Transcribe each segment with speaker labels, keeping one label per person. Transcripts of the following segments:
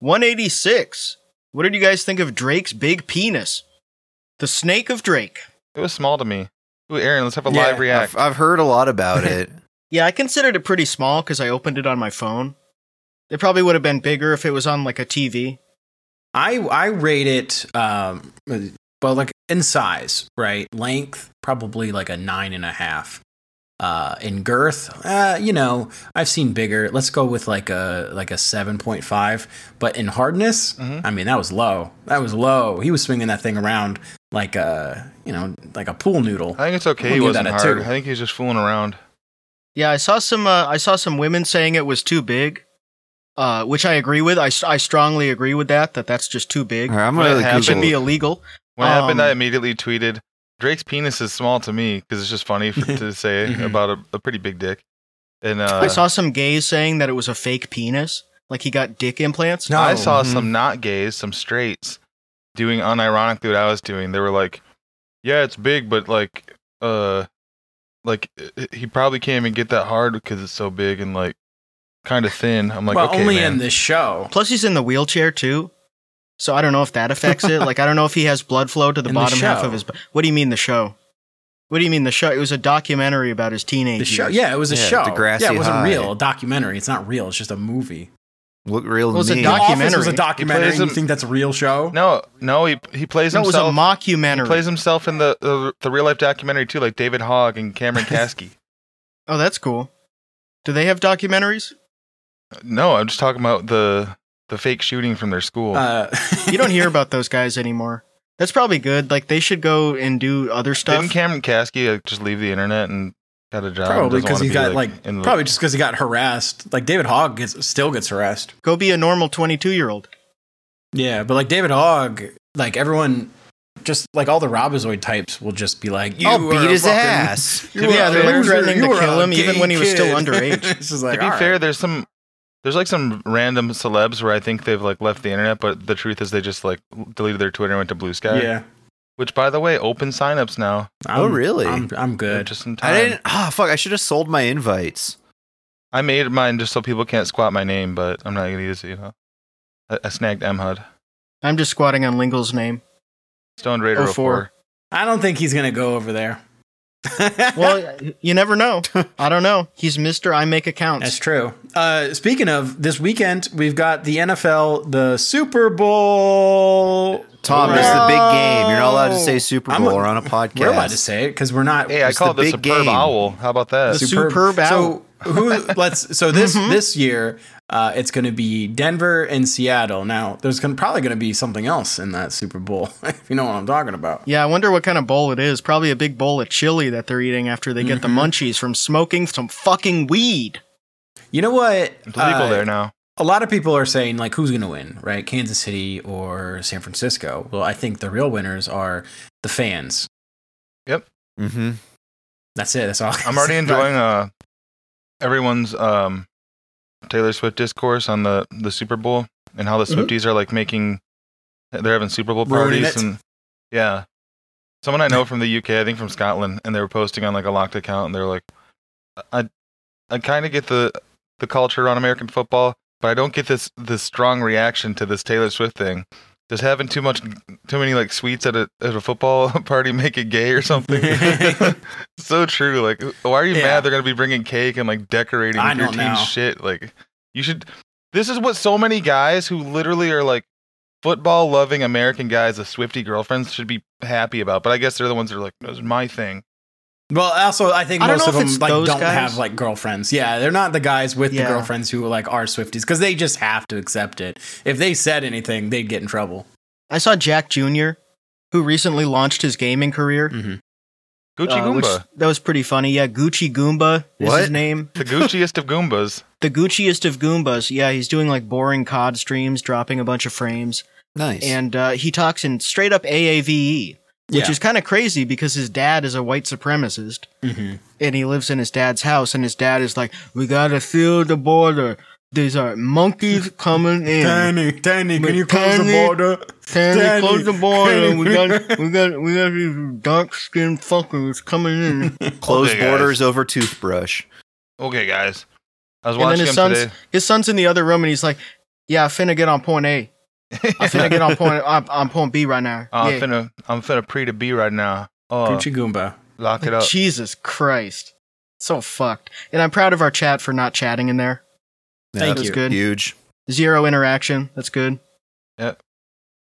Speaker 1: 186. What did you guys think of Drake's big penis? The snake of Drake.
Speaker 2: It was small to me. Ooh, Aaron, let's have a live react.
Speaker 3: I've, I've heard a lot about it.
Speaker 1: Yeah, I considered it pretty small because I opened it on my phone. It probably would have been bigger if it was on like a TV.
Speaker 4: I I rate it um well like in size, right? Length probably like a nine and a half. Uh, in girth, uh, you know, I've seen bigger. Let's go with like a like a seven point five. But in hardness,
Speaker 2: Mhm.
Speaker 4: I mean, that was low. That was low. He was swinging that thing around like a you know like a pool noodle.
Speaker 2: I think it's okay. He
Speaker 4: We'll give
Speaker 2: wasn't
Speaker 4: that a
Speaker 2: hard.
Speaker 4: two.
Speaker 2: I think he was just fooling around.
Speaker 1: Yeah, I saw some. Uh, I saw some women saying it was too big, uh, which I agree with. I, s- I strongly agree with that. That that's just too big.
Speaker 3: All right, I'm
Speaker 2: What
Speaker 3: gonna
Speaker 2: happened?
Speaker 1: It should
Speaker 3: Google.
Speaker 1: be illegal.
Speaker 2: When it happened,
Speaker 1: Um,
Speaker 2: I immediately tweeted, "Drake's penis is small to me" because it's just funny for, to say
Speaker 4: Mhm.
Speaker 2: about a, a pretty big dick. And uh,
Speaker 1: Mm-hmm. I saw some gays saying that it was a fake penis, like he got dick implants.
Speaker 4: No.
Speaker 2: I saw
Speaker 3: Mhm.
Speaker 1: Mm-hmm.
Speaker 2: some not gays, some straights, doing unironically what I was doing. They were like, "Yeah, it's big, but like, uh, like uh, he probably can't even get that hard because it's so big and like kind of thin." I'm like,
Speaker 4: well,
Speaker 2: "Okay,
Speaker 4: only
Speaker 2: man."
Speaker 4: in this show.
Speaker 1: Plus, he's in the wheelchair too, so I don't know if that affects it. Like, I don't know if he has blood flow to the
Speaker 4: In the
Speaker 1: bottom half
Speaker 4: show.
Speaker 1: of his. bo- What do you mean the show? What do you mean the show? It was a documentary about his teenage
Speaker 4: The show,
Speaker 1: years.
Speaker 4: yeah, it was a
Speaker 3: Yeah,
Speaker 4: show.
Speaker 3: Degrassi
Speaker 4: yeah, it wasn't
Speaker 3: High.
Speaker 4: real. A documentary. It's not real. It's just a movie.
Speaker 3: Look real
Speaker 1: It was a
Speaker 3: mean.
Speaker 4: The
Speaker 1: doc-
Speaker 4: Office was
Speaker 1: Documentary.
Speaker 4: a documentary.
Speaker 2: He plays
Speaker 4: You
Speaker 2: a-
Speaker 4: think that's a real show?
Speaker 2: no, no, he he plays
Speaker 1: No, it was a
Speaker 2: himself.
Speaker 1: mockumentary.
Speaker 2: he plays himself in the, the the real life documentary too, like David Hogg and Cameron Kasky.
Speaker 1: oh, that's cool. Do they have documentaries?
Speaker 2: no, I'm just talking about the the fake shooting from their school.
Speaker 4: Uh,
Speaker 1: You don't hear about those guys anymore. That's probably good. Like they should go and do other stuff.
Speaker 2: Didn't Cameron Kasky like, just leave the internet and got a job? and
Speaker 4: probably
Speaker 2: doesn't
Speaker 4: because
Speaker 2: wanna
Speaker 4: he
Speaker 2: be,
Speaker 4: got like,
Speaker 2: in the-
Speaker 4: probably just because he got harassed. Like David Hogg gets still gets harassed.
Speaker 1: go be a normal 22 year old.
Speaker 4: Yeah, but like David Hogg, like everyone, just like all the Robozoid types will just be like, you
Speaker 3: I'll
Speaker 4: are
Speaker 3: beat
Speaker 4: a
Speaker 3: his
Speaker 4: fucking-
Speaker 3: ass.
Speaker 4: you
Speaker 1: To
Speaker 4: are
Speaker 1: be
Speaker 4: a
Speaker 1: fair, they were
Speaker 4: loser,
Speaker 1: threatening
Speaker 4: you
Speaker 1: to
Speaker 4: are
Speaker 1: kill
Speaker 4: a
Speaker 1: him even
Speaker 4: gay
Speaker 1: when he was still
Speaker 4: kid."
Speaker 1: underage.
Speaker 4: It's just like,
Speaker 2: to be
Speaker 4: all right.
Speaker 2: fair, there's some there's like some random celebs where I think they've like left the internet, but the truth is they just like deleted their Twitter and went to Blue Sky.
Speaker 4: yeah.
Speaker 2: Which by the way, open signups now.
Speaker 3: Oh,
Speaker 4: I'm-
Speaker 3: really?
Speaker 4: I'm, I'm
Speaker 2: They're
Speaker 4: good.
Speaker 2: Just in time.
Speaker 3: I
Speaker 2: I
Speaker 3: didn't. Ah, fuck! I should have sold my invites.
Speaker 2: made mine just so people can't squat my name, but I'm not gonna use it. You know, I, I snagged M HUD
Speaker 1: I'm just squatting on Lingle's name.
Speaker 2: Stone
Speaker 4: Oh
Speaker 2: Raider
Speaker 1: 04.
Speaker 2: 04.
Speaker 4: I don't think he's gonna go over there.
Speaker 1: Well, you never know. I don't know. He's Mister. I make accounts.
Speaker 4: That's true. Uh, speaking of this weekend, we've got the NFL, the Super Bowl.
Speaker 3: Tom, this is the big game. You're not allowed to say Super
Speaker 4: I'm
Speaker 3: Bowl
Speaker 4: a-
Speaker 3: or on a podcast.
Speaker 4: We're allowed to say it because we're not.
Speaker 2: Hey, I
Speaker 3: It's the
Speaker 2: called this
Speaker 3: big
Speaker 2: a superb
Speaker 3: game.
Speaker 2: owl. How about that?
Speaker 1: The superb owl.
Speaker 4: So who? Let's. So this
Speaker 1: Mhm.
Speaker 4: this year, uh, it's going to be Denver and Seattle. Now, there's gonna, probably going to be something else in that Super Bowl. If you know what I'm talking about.
Speaker 1: Yeah, I wonder what kind of bowl it is. Probably a big bowl of chili that they're eating after they get the
Speaker 3: Mm-hmm.
Speaker 1: munchies from smoking some fucking weed.
Speaker 4: You know what?
Speaker 2: it's legal
Speaker 4: Uh,
Speaker 2: there now.
Speaker 4: a lot of people are saying like who's going to win right kansas city or san francisco well i think the real winners are the fans
Speaker 3: Mm-hmm.
Speaker 4: that's it that's all
Speaker 2: I'm already enjoying uh everyone's um Taylor Swift discourse on the the Super Bowl and how the
Speaker 4: Mhm.
Speaker 2: Swifties are like making they're having Super Bowl
Speaker 4: Ruining
Speaker 2: parties
Speaker 4: it.
Speaker 2: and yeah. Someone I know from the UK, I think from Scotland, and they were posting on like a locked account and they're like I I kind of get the the culture around American football, but I don't get this this strong reaction to this Taylor Swift thing. Does having too much, too many like sweets at a at a football party make it gay or something? so true. Like, why are you
Speaker 4: Yeah.
Speaker 2: mad? They're gonna be bringing cake and like decorating
Speaker 4: I
Speaker 2: with your
Speaker 4: don't
Speaker 2: team's
Speaker 4: know.
Speaker 2: shit. Like, you should. This is what so many guys who literally are like football loving American guys, the Swifty girlfriends, should be happy about. But I guess they're the ones that are like, "This is my thing."
Speaker 4: well also i think
Speaker 1: I don't
Speaker 4: most
Speaker 1: know
Speaker 4: of
Speaker 1: if
Speaker 4: them
Speaker 1: it's
Speaker 4: like
Speaker 1: those
Speaker 4: don't
Speaker 1: guys.
Speaker 4: have like girlfriends yeah they're not the guys with
Speaker 1: Yeah.
Speaker 4: the girlfriends who like are swifties because they just have to accept it if they said anything they'd get in trouble
Speaker 1: I saw Jack Jr., who recently launched his gaming career.
Speaker 3: Mm.
Speaker 4: Mm-hmm.
Speaker 2: Gucci
Speaker 1: uh, which-
Speaker 2: Goomba,
Speaker 1: that was pretty funny. Yeah, Gucci Goomba is his
Speaker 3: What?
Speaker 1: name.
Speaker 2: the Gucciest of Goombas.
Speaker 1: The Gucciest of Goombas. Yeah, he's doing like boring COD streams, dropping a bunch of frames,
Speaker 3: Nice.
Speaker 1: and uh, he talks in straight up AAVE, E, which
Speaker 4: Yeah.
Speaker 1: is kind of crazy because his dad is a white supremacist.
Speaker 4: hmm
Speaker 1: and he lives in his dad's house and his dad is like we gotta seal the border these are monkeys coming in
Speaker 4: Danny,
Speaker 1: can you close the Danny,
Speaker 4: border?
Speaker 1: Stanley,
Speaker 4: Danny,
Speaker 1: close the border
Speaker 4: Danny.
Speaker 1: we got we got we got these dark skinned fuckers coming in
Speaker 3: Close
Speaker 2: Okay, guys.
Speaker 3: borders over toothbrush.
Speaker 2: Okay, guys, I was
Speaker 1: and then
Speaker 2: watching
Speaker 1: his
Speaker 2: him
Speaker 1: son's
Speaker 2: today.
Speaker 1: his son's in the other room and he's like Yeah, I finna get on point A. I finna get on point. I'm, I'm point B right now.
Speaker 2: Oh,
Speaker 1: Yeah.
Speaker 2: I'm finna I'm finna pre to B right now. Oh,
Speaker 4: Gucci Goomba.
Speaker 2: lock it up.
Speaker 1: Jesus Christ, so fucked. And I'm proud of our chat for not chatting in there.
Speaker 4: Thank
Speaker 1: That's
Speaker 4: you.
Speaker 1: good.
Speaker 3: Huge.
Speaker 1: Zero interaction. That's good.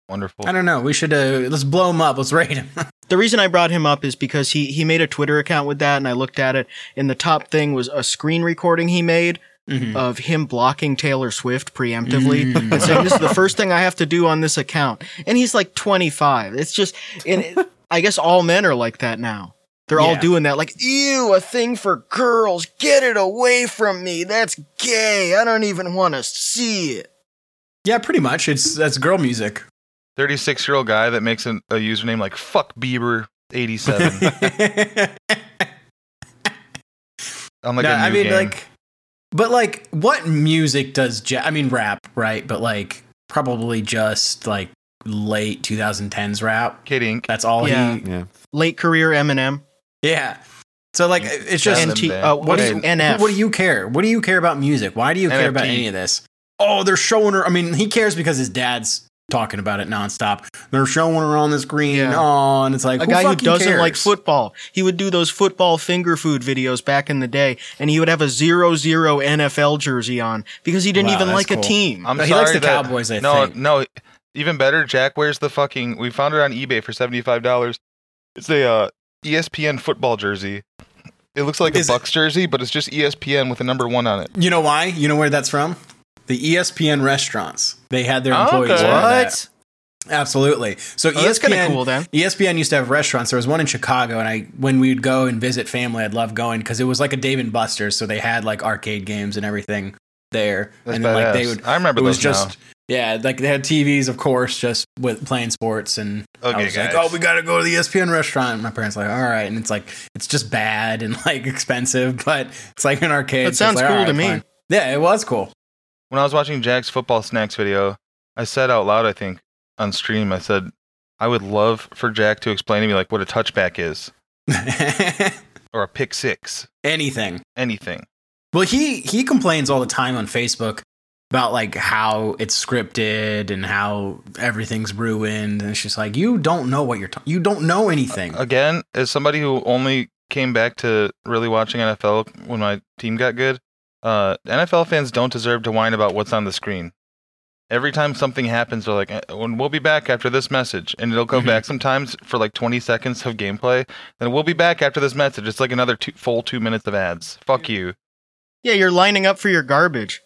Speaker 2: Wonderful.
Speaker 4: I don't know. We should uh, let's blow him up. Let's raid him.
Speaker 1: The reason I brought him up is because he he made a Twitter account with that, and I looked at it, and the top thing was a screen recording he made
Speaker 4: Mhm.
Speaker 1: of him blocking Taylor Swift preemptively
Speaker 4: Mm.
Speaker 1: and saying, "This is the first thing I have to do on this account." And he's like 25. It's just, and it, I guess all men are like that now. They're all
Speaker 4: Yeah.
Speaker 1: doing that, like, ew, a thing for girls. Get it away from me. That's gay. I don't even want to see it.
Speaker 4: yeah, pretty much. It's that's girl music.
Speaker 2: 36 year old guy that makes an, a username like fuck Bieber 87 on like a
Speaker 4: No,
Speaker 2: new
Speaker 4: I mean,
Speaker 2: game.
Speaker 4: like, but like, what music does jazz? I mean, rap, right? But like, probably just like late 2010s rap.
Speaker 2: Kid Ink.
Speaker 4: That's all
Speaker 1: Yeah.
Speaker 4: he.
Speaker 3: Yeah.
Speaker 1: Late career Eminem.
Speaker 4: Yeah. So like,
Speaker 2: Mm,
Speaker 4: it's just
Speaker 2: Them
Speaker 1: NT,
Speaker 2: days.
Speaker 1: uh,
Speaker 4: What
Speaker 1: what
Speaker 4: do
Speaker 1: is
Speaker 4: you
Speaker 1: NF?
Speaker 4: What do you care? What do you care about music? Why do you care about
Speaker 2: NFT.
Speaker 4: any of this? Oh, they're showing her. I mean, he cares because his dad's talking about it nonstop. They're showing her on the screen.
Speaker 1: Yeah.
Speaker 4: Oh, and it's like
Speaker 1: a
Speaker 4: who
Speaker 1: guy who
Speaker 4: fucking
Speaker 1: doesn't
Speaker 4: cares?
Speaker 1: like football. He would do those football finger food videos back in the day, and he would have a zero zero NFL jersey on because he didn't
Speaker 4: Wow,
Speaker 1: even
Speaker 4: that's
Speaker 1: like
Speaker 4: cool.
Speaker 1: a team.
Speaker 2: I'm
Speaker 4: No,
Speaker 2: sorry
Speaker 4: he likes the
Speaker 2: that-
Speaker 4: Cowboys, I
Speaker 2: no,
Speaker 4: think.
Speaker 2: No, even better, Jack wears the fucking. We found it on eBay for $75. It's a uh, ESPN football jersey. It looks like
Speaker 4: Is it-
Speaker 2: a Bucks jersey, but it's just E ESPN with a number one on it.
Speaker 4: You know why? You know where that's from? The E ESPN restaurants. They had their
Speaker 2: Okay.
Speaker 4: employees.
Speaker 2: What?
Speaker 4: wear that.
Speaker 3: What?
Speaker 4: Absolutely. So E
Speaker 1: Oh, that's kind of
Speaker 4: ESPN
Speaker 1: cool then.
Speaker 4: ESPN used to have restaurants. There was one in Chicago, and I when we'd go and visit family, I'd love going because it was like a Dave and Buster's, so they had like arcade games and everything there.
Speaker 2: That's
Speaker 4: and then like they
Speaker 2: badass.
Speaker 4: would,
Speaker 2: I remember
Speaker 4: it was
Speaker 2: those now.
Speaker 4: just yeah, like they had TVs, of course, just with playing sports, and I
Speaker 2: Okay,
Speaker 4: was
Speaker 2: guys.
Speaker 4: like, oh, we gotta go to the ESPN restaurant. And my parents were like, all right, and it's like it's just bad and like expensive, but it's like an arcade.
Speaker 1: That
Speaker 4: so it's
Speaker 1: sounds
Speaker 4: like,
Speaker 1: cool
Speaker 4: all
Speaker 1: to
Speaker 4: right,
Speaker 1: me.
Speaker 4: fine. Yeah, it was cool.
Speaker 2: when I was watching Jack's football snacks video, I said out loud, I think, on stream, I said, I would love for Jack to explain to me like what a touchback is or a pick six,
Speaker 4: Anything.
Speaker 2: anything.
Speaker 4: Well, he he complains all the time on Facebook about like how it's scripted and how everything's ruined, and it's just like you don't know what you're talking. You don't know anything.
Speaker 1: Uh,
Speaker 2: Again, as somebody who only came back to really watching NFL when my team got good, uh, NFL fans don't deserve to whine about what's on the screen. Every time something happens, they're like, "Eh, "When we'll be back after this message," and it'll go
Speaker 4: Mhm.
Speaker 2: back sometimes for like 20 seconds of gameplay. Then we'll be back after this message. It's like another two, full two minutes of ads. Fuck you.
Speaker 1: Yeah, you're lining up for your garbage.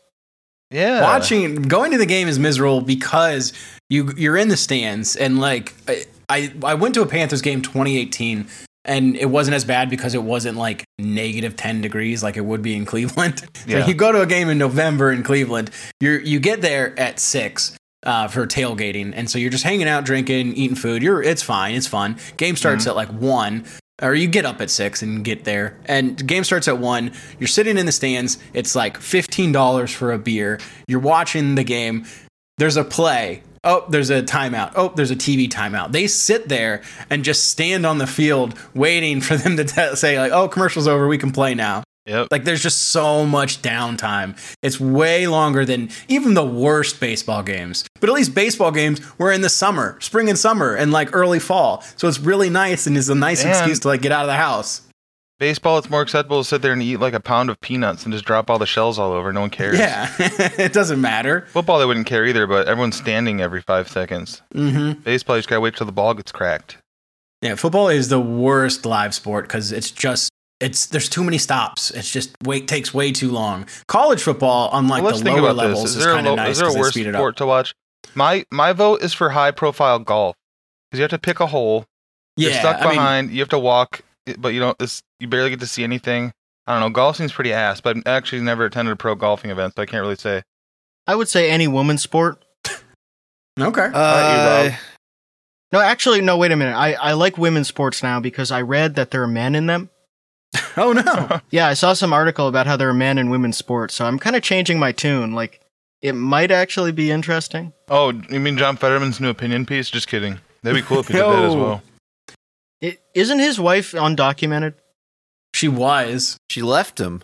Speaker 2: Yeah.
Speaker 4: Watching going to the game is miserable because you you're in the stands and like I I, I went to a Panthers game 2018. And it wasn't as bad because it wasn't like negative ten degrees like it would be in Cleveland.
Speaker 2: Yeah.
Speaker 4: So you go to a game in November in Cleveland. You you get there at six uh, for tailgating, and so you're just hanging out, drinking, eating food. You're it's fine, it's fun. Game starts at like one, or you get up at six and get there, and game starts at one. You're sitting in the stands. It's like fifteen dollars for a beer. You're watching the game. There's a play. Oh, there's a timeout. Oh, there's a TV timeout. They sit there and just stand on the field waiting for them to t- say like, "Oh, commercial's over. We can play now."
Speaker 2: Yep.
Speaker 4: Like there's just so much downtime. It's way longer than even the worst baseball games. But at least baseball games were in the summer, spring and summer, and like early fall. So it's really nice and is a nice
Speaker 2: And-
Speaker 4: excuse to like get out of the house.
Speaker 2: Baseball, it's more acceptable to sit there and eat like a pound of peanuts and just drop all the shells all over. No one cares.
Speaker 4: Yeah, it doesn't matter.
Speaker 2: Football, they wouldn't care either, but everyone's standing every five seconds.
Speaker 4: hmm
Speaker 2: Baseball, you just gotta wait till the ball gets cracked.
Speaker 4: Yeah, football is the worst live sport because it's just it's there's too many stops. It's just wait takes way too long. College football, unlike
Speaker 2: Well, let's
Speaker 4: the
Speaker 2: think
Speaker 4: lower
Speaker 2: about
Speaker 4: levels,
Speaker 2: this.
Speaker 4: is,
Speaker 2: Is there, a,
Speaker 4: kind of
Speaker 2: lo-
Speaker 4: nice
Speaker 2: is there a
Speaker 4: because they
Speaker 2: worse
Speaker 4: speed it up.
Speaker 2: sport to watch? My my vote is for high profile golf because you have to pick a hole. You're stuck
Speaker 4: I mean,
Speaker 2: behind. you have to walk, but you don't. It's, you barely get to see anything. I don't know. Golf seems pretty ass, but I've actually never attended a pro golfing event, so I can't really say.
Speaker 1: I would say any woman's sport.
Speaker 4: okay.
Speaker 2: right, you
Speaker 3: Uh,
Speaker 1: No, actually, no. Wait a minute. I I like women's sports now because I read that there are men in them.
Speaker 4: oh no.
Speaker 1: Yeah, I saw some article about how there are men in women's sports. So I'm kind of changing my tune. Like, it might actually be interesting.
Speaker 2: Oh, you mean John Fetterman's new opinion piece? Just kidding. That'd be cool if you did that as
Speaker 4: No.
Speaker 2: well.
Speaker 1: is isn't his wife undocumented?
Speaker 4: She was.
Speaker 3: she left him.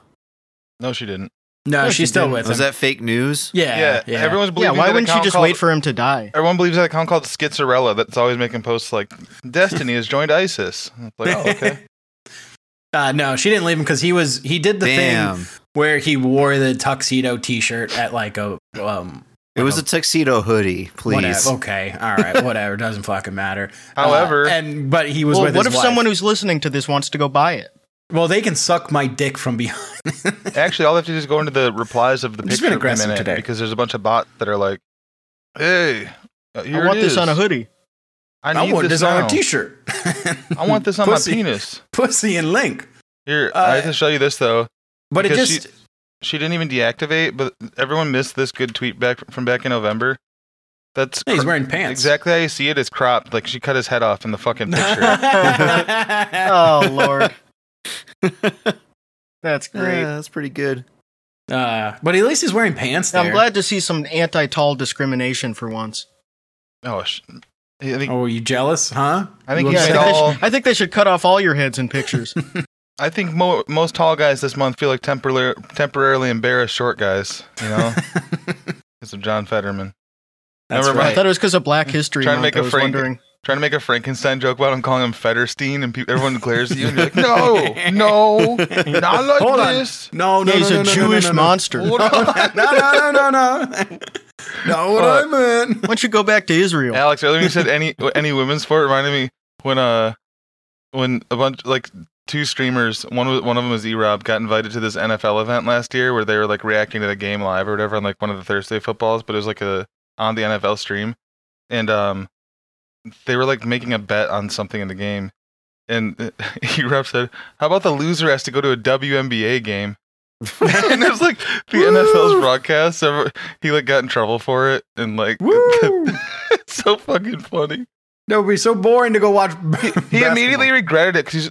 Speaker 2: No, she didn't.
Speaker 4: No, she's still with him.
Speaker 3: Was that fake news?
Speaker 4: yeah, yeah.
Speaker 2: Everyone's
Speaker 1: Yeah,
Speaker 2: believing.
Speaker 1: why
Speaker 2: that
Speaker 1: wouldn't you
Speaker 2: account
Speaker 1: just
Speaker 2: called-
Speaker 1: wait for him to die?
Speaker 2: Everyone believes that account called Schizorella that's always making posts like Destiny has joined ISIS. It's like, oh, okay.
Speaker 4: uh, no, she didn't leave him because he was he did the thing
Speaker 3: Damn.
Speaker 4: where he wore the tuxedo T-shirt at like a um.
Speaker 3: It was a tuxedo hoodie, please.
Speaker 4: Whatever. Okay, all right, whatever. Doesn't fucking matter. Uh,
Speaker 2: However,
Speaker 4: and but he was
Speaker 1: Well,
Speaker 4: with
Speaker 1: what
Speaker 4: his
Speaker 1: if
Speaker 4: wife.
Speaker 1: someone who's listening to this wants to go buy it?
Speaker 4: Well, they can suck my dick from behind.
Speaker 2: actually, all I have to do is go into the replies of the
Speaker 4: I've
Speaker 2: picture
Speaker 4: just been
Speaker 2: of him in
Speaker 4: aggressive
Speaker 2: it,
Speaker 4: today.
Speaker 2: because there's a bunch of bots that are like, "Hey, uh, here
Speaker 1: I want
Speaker 2: it
Speaker 1: this
Speaker 2: is.
Speaker 1: on a hoodie.
Speaker 2: I
Speaker 4: I,
Speaker 2: need
Speaker 4: want this, on
Speaker 2: now.
Speaker 4: a T-shirt.
Speaker 2: I want this on
Speaker 4: Pussy.
Speaker 2: my penis."
Speaker 4: Pussy and Link,
Speaker 2: Here,
Speaker 4: Uh,
Speaker 2: I have to show you this though.
Speaker 4: but it
Speaker 2: Because
Speaker 4: just
Speaker 2: She didn't even deactivate, but everyone missed this good tweet back from back in November. That's
Speaker 4: Hey, he's
Speaker 2: cr-
Speaker 4: wearing pants.
Speaker 2: exactly how you see it. It's cropped. Like she cut his head off in the fucking picture.
Speaker 1: Oh lord, that's
Speaker 3: Yeah,
Speaker 1: great.
Speaker 3: that's pretty good.
Speaker 4: Uh, but at least he's wearing pants. There.
Speaker 1: I'm glad to see some anti-tall discrimination for once.
Speaker 2: oh, sh- I think
Speaker 4: Oh, are you jealous, huh?
Speaker 2: I think
Speaker 4: You
Speaker 2: he's
Speaker 1: I
Speaker 4: upset?
Speaker 1: think,
Speaker 2: made
Speaker 1: they
Speaker 2: all-
Speaker 1: should, I think they should cut off all your heads in pictures.
Speaker 2: I think mo- most tall guys this month feel like temporarily temporarily embarrassed short guys. You know, because of John Fetterman
Speaker 4: That's
Speaker 2: Never
Speaker 1: I
Speaker 2: mind.
Speaker 4: right.
Speaker 1: thought it was because of Black History
Speaker 2: Trying to
Speaker 1: Month.
Speaker 2: make a
Speaker 1: I was
Speaker 2: Frank-
Speaker 1: wondering.
Speaker 2: trying to make a Frankenstein joke about him calling him Fetterstein, and pe- everyone glares at you, and you're like, "No, no, not like
Speaker 4: Hold on.
Speaker 2: this."
Speaker 4: No, no,
Speaker 1: Yeah, he's
Speaker 4: no,
Speaker 1: a
Speaker 4: no, no,
Speaker 1: Jewish
Speaker 4: no, no, no.
Speaker 1: monster.
Speaker 2: Hold
Speaker 4: No,
Speaker 2: on.
Speaker 4: no, no, no, no. Not what I meant.
Speaker 1: Why don't you go back to Israel?
Speaker 2: Alex, earlier when you said any any women's sport reminded me when uh when a bunch like two streamers one was, one of them was E-Rob got invited to this NFL event last year where they were like reacting to the game live or whatever on like one of the Thursday footballs, but it was like a on the NFL stream, and um they were like making a bet on something in the game, and uh, E-Rob said, "How about the loser has to go to a WNBA game?" and it was like the NFL's broadcast. ever- He like got in trouble for it, and like
Speaker 4: Woo!
Speaker 2: it's so fucking funny.
Speaker 4: That would be so boring to go watch. He,
Speaker 2: He immediately regretted it because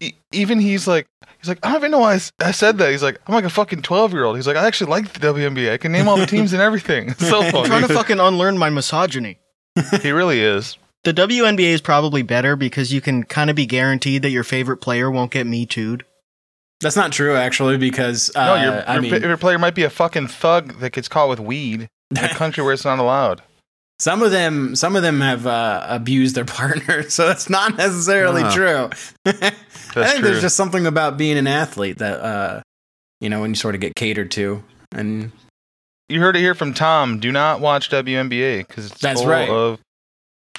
Speaker 2: he's e- even he's like he's like I don't even know why I, s- I said that. He's like I'm like a fucking twelve year old. He's like I actually like the WNBA. I can name all the teams and everything. It's so
Speaker 1: I'm trying to
Speaker 2: funny.
Speaker 1: fucking unlearn my misogyny.
Speaker 2: he really is.
Speaker 1: The WNBA is probably better because you can kind of be guaranteed that your favorite player won't get me too'd.
Speaker 4: That's not true, actually, because uh,
Speaker 2: No, your, your,
Speaker 4: I mean,
Speaker 2: favorite player might be a fucking thug that gets caught with weed in a country where it's not allowed.
Speaker 4: some of them, some of them have uh, abused their partner, so that's not necessarily
Speaker 3: Ah.
Speaker 4: true. I
Speaker 2: That's
Speaker 4: think
Speaker 2: true.
Speaker 4: there's just something about being an athlete that uh, you know when you sort of get catered to, and
Speaker 2: you heard it here from Tom. Do not watch WNBA because it's
Speaker 4: That's
Speaker 2: full
Speaker 4: right.
Speaker 2: of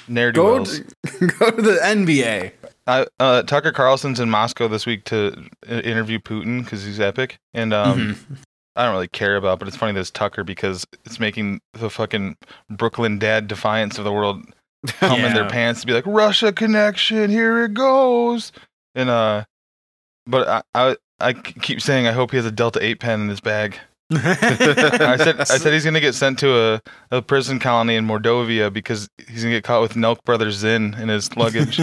Speaker 2: ne'er do
Speaker 4: go
Speaker 2: wells.
Speaker 4: to, go to the NBA.
Speaker 2: I, uh, Tucker Carlson's in Moscow this week to uh, interview Putin because he's epic, and um,
Speaker 4: Mhm.
Speaker 2: I don't really care about, but it's funny that it's Tucker because it's making the fucking Brooklyn dad defiance of the world come in their
Speaker 4: Yeah.
Speaker 2: pants to be like Russia connection, here it goes, and uh, but I, I I keep saying I hope he has a Delta Eight pen in his bag. I said I said he's gonna get sent to a, a prison colony in Mordovia because he's gonna get caught with Nelk Brothers Zin in his luggage.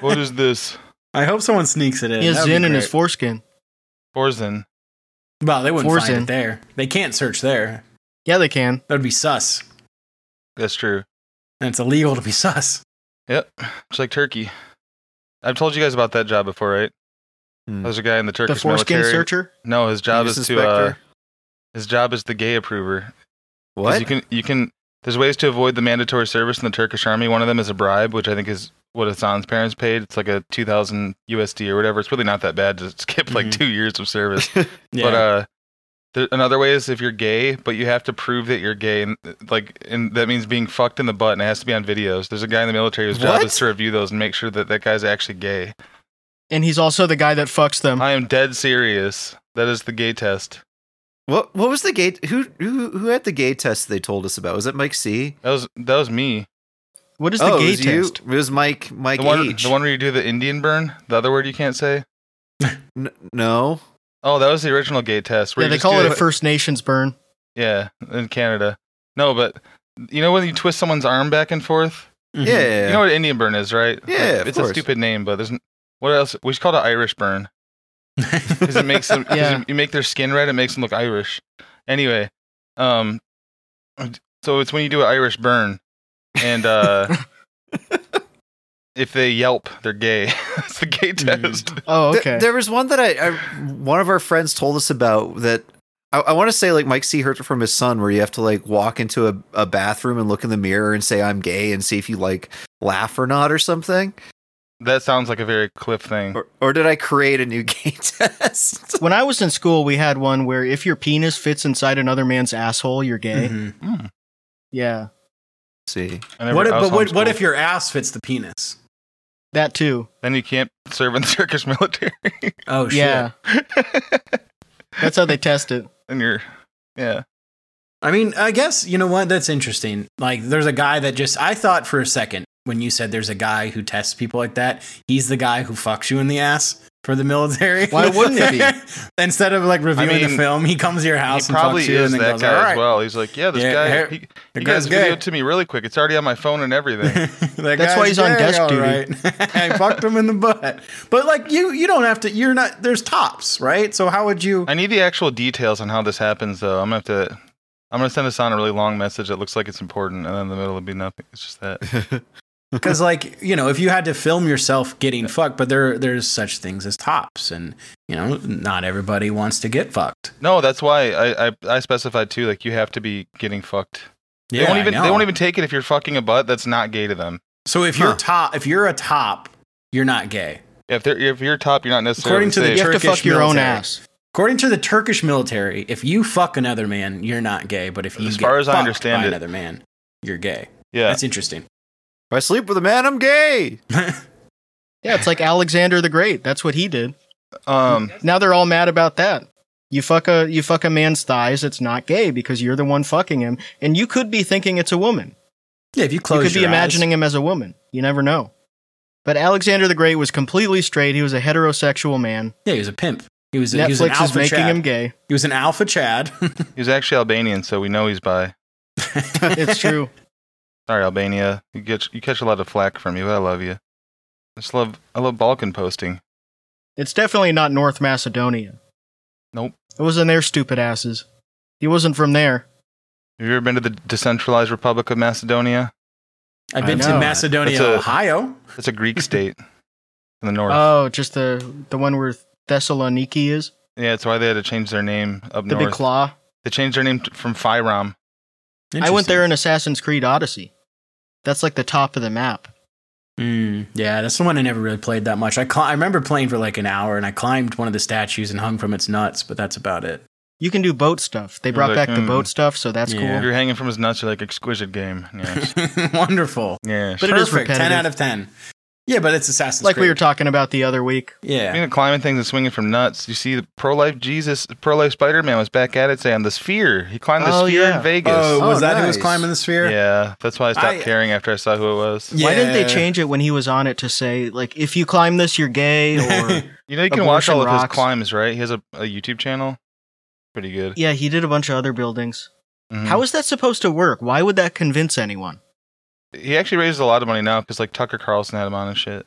Speaker 2: what is this?
Speaker 4: I hope someone sneaks it in.
Speaker 1: He has
Speaker 4: That would be
Speaker 1: Zin in his
Speaker 4: great.
Speaker 1: foreskin.
Speaker 2: Borzin.
Speaker 4: Well, they wouldn't
Speaker 1: fours
Speaker 4: find
Speaker 1: in.
Speaker 4: it there. They can't search there.
Speaker 1: Yeah, they can.
Speaker 4: That would be sus,
Speaker 2: That's true.
Speaker 4: and it's illegal to be sus.
Speaker 2: Yep. It's like Turkey. I've told you guys about that job before, right?
Speaker 3: Hmm.
Speaker 2: There's a guy in the
Speaker 1: The
Speaker 2: Turkish
Speaker 1: foreskin
Speaker 2: military.
Speaker 1: searcher.
Speaker 2: No, his job
Speaker 3: News
Speaker 2: is to uh,
Speaker 3: inspector?
Speaker 2: his job is the gay approver. 'Cause
Speaker 3: what?
Speaker 2: You can you can there's ways to avoid the mandatory service in the Turkish army. One of them is a bribe, which I think is what Hassan's parents paid. It's like a 2000 USD or whatever. It's really not that bad to skip like
Speaker 4: Mhm.
Speaker 3: Mm-hmm.
Speaker 2: 2 years of service.
Speaker 4: Yeah.
Speaker 2: But uh, there, another way is if you're gay, but you have to prove that you're gay, and like, and that means being fucked in the butt, and it has to be on videos. There's a guy in the military whose job
Speaker 3: What?
Speaker 2: is to review those and make sure that that guy's actually gay.
Speaker 1: And he's also the guy that fucks them.
Speaker 2: I am dead serious. That is the gay test.
Speaker 3: what? What was the gay? Who? Who? Who had the gay test they told us about? Was it Mike C?
Speaker 2: That was that was me.
Speaker 1: What is
Speaker 3: oh,
Speaker 1: the gay
Speaker 3: it was you?
Speaker 1: test?
Speaker 3: It was Mike. Mike
Speaker 2: The one,
Speaker 3: H.
Speaker 2: the one where you do the Indian burn. The other word you can't say.
Speaker 3: N- no.
Speaker 2: Oh, that was the original gay test. Where
Speaker 1: Yeah,
Speaker 2: you
Speaker 1: they
Speaker 2: just
Speaker 1: call
Speaker 2: do
Speaker 1: it a First Nations burn.
Speaker 2: Yeah, in Canada. No, but you know when you twist someone's arm back and forth.
Speaker 1: Mm-hmm.
Speaker 4: Mhm.
Speaker 3: Yeah.
Speaker 2: You know what Indian burn is, right?
Speaker 3: Yeah,
Speaker 2: Like,
Speaker 3: of
Speaker 2: it's a
Speaker 3: course.
Speaker 2: stupid name, but there's n- what else? We should call it Irish burn because it makes them. 'cause
Speaker 1: Yeah.
Speaker 2: you make their skin red, it makes them look Irish. Anyway, um, so it's when you do an Irish burn, and uh, if they yelp, they're gay. That's the gay
Speaker 4: Mm.
Speaker 2: test.
Speaker 1: Oh,
Speaker 3: Th-
Speaker 1: okay.
Speaker 3: there was one that I, I one of our friends told us about that I, I want to say like Mike C. Hurt from his son, where you have to like walk into a, a bathroom and look in the mirror and say I'm gay and see if you like laugh or not or something.
Speaker 2: That sounds like a very Cliff thing.
Speaker 3: Or, or did I create a new gay test?
Speaker 1: When I was in school, we had one where if your penis fits inside another man's asshole, you're gay.
Speaker 4: Mhm.
Speaker 2: Mm.
Speaker 1: Yeah,
Speaker 3: see,
Speaker 2: I never-
Speaker 4: What if,
Speaker 2: I was
Speaker 4: but what, what
Speaker 2: homeschooled.
Speaker 4: if your ass fits the penis?
Speaker 1: that too.
Speaker 2: Then you can't serve in the Turkish military.
Speaker 4: Oh shit!
Speaker 1: yeah, that's how they test it.
Speaker 2: and you're, yeah.
Speaker 4: I mean, I guess you know what? That's interesting. Like, there's a guy that just I thought for a second when you said there's a guy who tests people like that. He's the guy who fucks you in the ass for the military.
Speaker 1: Why wouldn't it
Speaker 4: be? Instead of like reviewing the
Speaker 2: mean,
Speaker 4: film, he comes to your house
Speaker 2: he
Speaker 4: and
Speaker 2: probably
Speaker 4: fucks you,
Speaker 2: is
Speaker 4: and then
Speaker 2: that
Speaker 4: goes,
Speaker 2: guy
Speaker 4: "All
Speaker 2: as
Speaker 4: right."
Speaker 2: well. He's like, yeah, this
Speaker 4: Yeah,
Speaker 2: guy,
Speaker 4: here-
Speaker 2: he,
Speaker 4: the
Speaker 2: he guys
Speaker 4: guy's gay."
Speaker 2: videoed to me really quick. It's already on my phone and everything.
Speaker 4: That
Speaker 1: That's
Speaker 4: guy's
Speaker 1: why he's on
Speaker 4: gay,
Speaker 1: desk
Speaker 4: all
Speaker 1: duty.
Speaker 4: I fucked him in the butt, but like you, you don't have to. You're not. There's tops, right? So how would you?
Speaker 2: I need the actual details on how this happens, though. I'm gonna have to. I'm gonna send this on a really long message that looks like it's important, and then in the middle will be nothing. It's just that.
Speaker 4: Because like you know, if you had to film yourself getting fucked, but there there's such things as tops, and you know, not everybody wants to get fucked.
Speaker 2: No, that's why I, I I specified too. Like you have to be getting fucked. They won't
Speaker 4: I
Speaker 2: even they
Speaker 4: know.
Speaker 2: won't even take it if you're fucking a butt that's not gay to them.
Speaker 4: So if you're
Speaker 3: Huh.
Speaker 4: top, if you're a top, you're not gay.
Speaker 2: If they're if you're top, you're not necessarily
Speaker 4: According to the
Speaker 2: safe.
Speaker 1: You have to
Speaker 4: Turkish
Speaker 1: fuck your own
Speaker 4: military.
Speaker 1: ass.
Speaker 4: According to the Turkish military, if you fuck another man, you're not gay. But if you
Speaker 2: As
Speaker 4: get
Speaker 2: far as I
Speaker 4: fucked
Speaker 2: understand
Speaker 4: by
Speaker 2: it.
Speaker 4: another man, you're gay.
Speaker 2: yeah.
Speaker 4: That's interesting.
Speaker 3: if I sleep with a man, I'm gay.
Speaker 1: Yeah, it's like Alexander the Great. That's what he did.
Speaker 2: Um.
Speaker 1: Now they're all mad about that. You fuck a you fuck a man's thighs. It's not gay because you're the one fucking him, and you could be thinking it's a woman.
Speaker 4: yeah, if you close,
Speaker 1: you could be
Speaker 4: your eyes-
Speaker 1: imagining him as a woman. You never know. But Alexander the Great was completely straight. He was a heterosexual man.
Speaker 4: Yeah, he was a pimp. He was. he was an
Speaker 1: Netflix
Speaker 4: alpha
Speaker 1: is making
Speaker 4: Chad.
Speaker 1: him gay.
Speaker 4: He was an alpha Chad.
Speaker 2: He's actually Albanian, so we know he's bi.
Speaker 1: It's true.
Speaker 2: Sorry, Albania. You get you catch a lot of flack from you, but I love you. I just love I love Balkan posting.
Speaker 1: it's definitely not North Macedonia.
Speaker 2: Nope.
Speaker 1: It wasn't their stupid asses. He wasn't from there.
Speaker 2: Have you ever been to the decentralized Republic of Macedonia?
Speaker 4: I've
Speaker 1: I
Speaker 4: been to
Speaker 1: know.
Speaker 4: Macedonia,
Speaker 2: That's a-
Speaker 4: Ohio.
Speaker 2: It's a Greek state in the north.
Speaker 1: Oh, just the the one where Thessaloniki is
Speaker 2: yeah, it's why they had to change their name up
Speaker 1: the big
Speaker 2: north.
Speaker 1: claw.
Speaker 2: they changed their name t- from Fyrom.
Speaker 1: I went
Speaker 4: Interesting.
Speaker 1: there in Assassin's Creed Odyssey. That's like the top of the map.
Speaker 4: Mm, yeah, that's the one I never really played that much. I cli- I remember playing for like an hour, and I climbed one of the statues and hung from its nuts, but that's about it.
Speaker 1: You can do boat stuff. They brought
Speaker 2: like,
Speaker 1: back the
Speaker 2: mm.
Speaker 1: boat stuff, so that's
Speaker 4: hmm. Yeah.
Speaker 2: If
Speaker 1: cool.
Speaker 2: You're hanging from his nuts. You're like exquisite game. Yeah,
Speaker 4: Wonderful,
Speaker 2: yeah.
Speaker 1: But it is
Speaker 4: perfect, ten
Speaker 1: repetitive.
Speaker 4: out of ten. Yeah, but it's Assassin's
Speaker 1: Like we were
Speaker 4: Creed.
Speaker 1: talking about the other week.
Speaker 4: yeah,
Speaker 2: Speaking of climbing things and swinging from nuts, you see the pro-life Jesus, pro-life Spider-Man was back at it saying the sphere. He climbed the
Speaker 1: Oh, uh,
Speaker 2: sphere
Speaker 1: yeah.
Speaker 2: in Vegas.
Speaker 4: oh, was
Speaker 3: Oh,
Speaker 4: that who was
Speaker 3: nice.
Speaker 4: climbing the sphere?
Speaker 2: yeah, that's why I stopped
Speaker 4: I-
Speaker 2: caring after I saw who it was.
Speaker 1: Why didn't they
Speaker 4: Yeah.
Speaker 1: change it when he was on it to say like if you climb this you're gay or
Speaker 2: You know, you can watch
Speaker 1: Abortion
Speaker 2: all of his
Speaker 1: rocks.
Speaker 2: climbs, right? He has a, a YouTube channel. Pretty good.
Speaker 1: yeah, he did a bunch of other buildings.
Speaker 4: Hmm.
Speaker 2: Mhm.
Speaker 1: How is that supposed to work? Why would that convince anyone?
Speaker 2: he actually raises a lot of money now because like Tucker Carlson had him on and shit.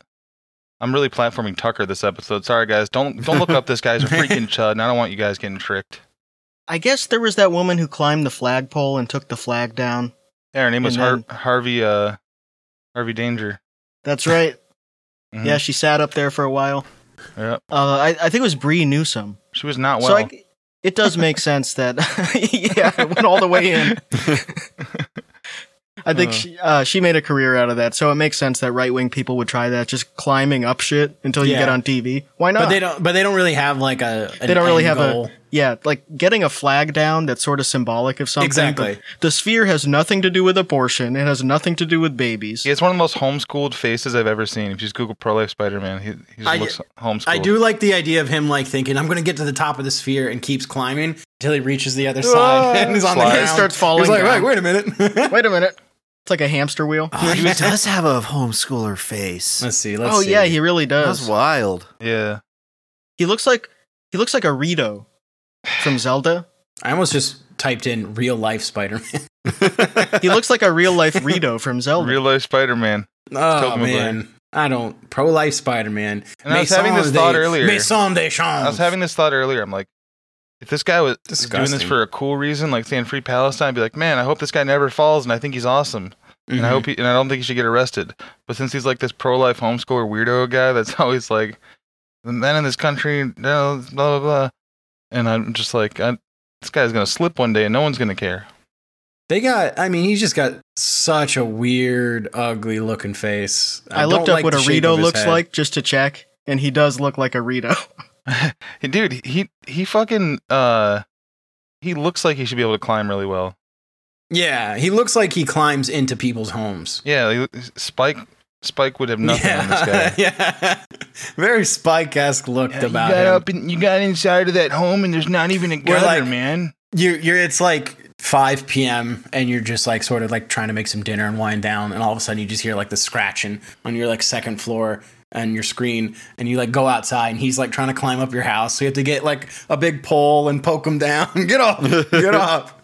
Speaker 2: I'm really platforming Tucker this episode. Sorry guys, don't don't look up this guy's a freaking chud, and I don't want you guys getting tricked.
Speaker 1: I guess there was that woman who climbed the flagpole and took the flag down.
Speaker 2: Yeah, her name was Har-
Speaker 1: And
Speaker 2: Harvey uh Harvey Danger.
Speaker 1: That's right.
Speaker 4: Hmm.
Speaker 2: Mhm.
Speaker 1: Yeah, she sat up there for a while.
Speaker 2: Yep.
Speaker 1: Uh, I, I think it was Bree Newsom.
Speaker 2: She was
Speaker 4: Oh,
Speaker 2: not well.
Speaker 1: So I, it does make sense that yeah, it went all the way in. I think
Speaker 2: Uh.
Speaker 1: she uh, she made a career out of that, so it makes sense that right wing people would try that, just climbing up shit until you
Speaker 4: Yeah.
Speaker 1: get on TV. Why not?
Speaker 4: But they don't. But they don't really have like a.
Speaker 1: They don't really have a- yeah, like getting a flag down that's sort of symbolic of something.
Speaker 4: Exactly.
Speaker 1: but The sphere has nothing to do with abortion. It has nothing to do with babies.
Speaker 2: He has one of the most homeschooled faces I've ever seen. If you just Google pro life Spider Man, he, he just
Speaker 4: I-
Speaker 2: looks homeschooled.
Speaker 4: I do like the idea of him like thinking I'm going to get to the top of the sphere and keeps climbing until he reaches the other side and is on the
Speaker 2: Slide.
Speaker 4: ground.
Speaker 1: Starts falling
Speaker 4: He's like,
Speaker 1: down.
Speaker 4: wait, wait a minute.
Speaker 1: Wait a minute. It's like a hamster wheel.
Speaker 3: Oh, he does have a homeschooler face.
Speaker 4: Let's see. Ah, Let's
Speaker 1: Oh
Speaker 4: see.
Speaker 1: yeah, he really
Speaker 3: That was
Speaker 1: does.
Speaker 3: wild.
Speaker 2: Yeah.
Speaker 1: He looks like he looks like a Rito from Zelda.
Speaker 4: I almost just typed in real life Spider Man.
Speaker 1: He looks like a real life Rito from Zelda.
Speaker 2: Real life Spider Man.
Speaker 4: Oh
Speaker 2: Tobey Maguire.
Speaker 4: man, I don't pro life Spider Man.
Speaker 2: And I was having this thought earlier.
Speaker 4: Maison des
Speaker 2: I was having this thought earlier. I'm like, if this guy was was doing this
Speaker 4: Disgusting.
Speaker 2: for a cool reason, like saying free Palestine, I'd be like, man, I hope this guy never falls, and I think he's awesome, and
Speaker 4: Mm-hmm.
Speaker 2: I hope he, and I don't think he should get arrested. But since he's like this pro-life homeschooler weirdo guy, that's always like the men in this country, no, blah blah blah, and I'm just like, I, This guy's gonna slip one day and no one's gonna care.
Speaker 4: They got. I mean, he's just got such a weird, ugly looking face.
Speaker 1: I,
Speaker 4: don't
Speaker 1: looked up
Speaker 4: like
Speaker 1: what a
Speaker 4: the shape of
Speaker 1: Rito
Speaker 4: his
Speaker 1: looks
Speaker 4: head.
Speaker 1: like just to check, and he does look like a Rito.
Speaker 2: Hey, Dude, he he fucking uh he looks like he should be able to climb really well.
Speaker 4: Yeah, he looks like he climbs into people's homes.
Speaker 2: Yeah, like, Spike Spike would have nothing
Speaker 4: yeah,
Speaker 2: on this guy.
Speaker 4: yeah. Very Spike esque looked about him.
Speaker 2: and you got inside of that home and there's not even a
Speaker 4: gutter, like-
Speaker 2: man.
Speaker 4: you you're it's like 5 p.m. and you're just like sort of like trying to make some dinner and wind down and all of a sudden you just hear like the scratching on your like second floor and your screen and you like go outside and he's like trying to climb up your house so you have to get like a big pole and poke him down get up get up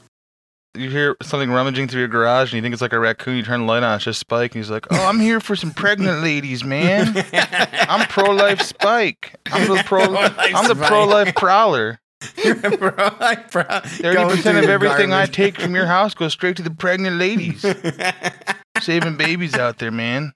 Speaker 2: You hear something rummaging through your garage and you think it's like a raccoon, you turn the light on, it's just Spike and he's like, Oh, I'm here for some pregnant ladies, man. I'm pro life Spike. I'm the pro
Speaker 4: Pro-life
Speaker 2: I'm the
Speaker 4: Spike.
Speaker 2: pro life prowler. Thirty
Speaker 4: thirty
Speaker 2: percent of everything I take from your house goes straight to the pregnant ladies. Saving babies out there, man.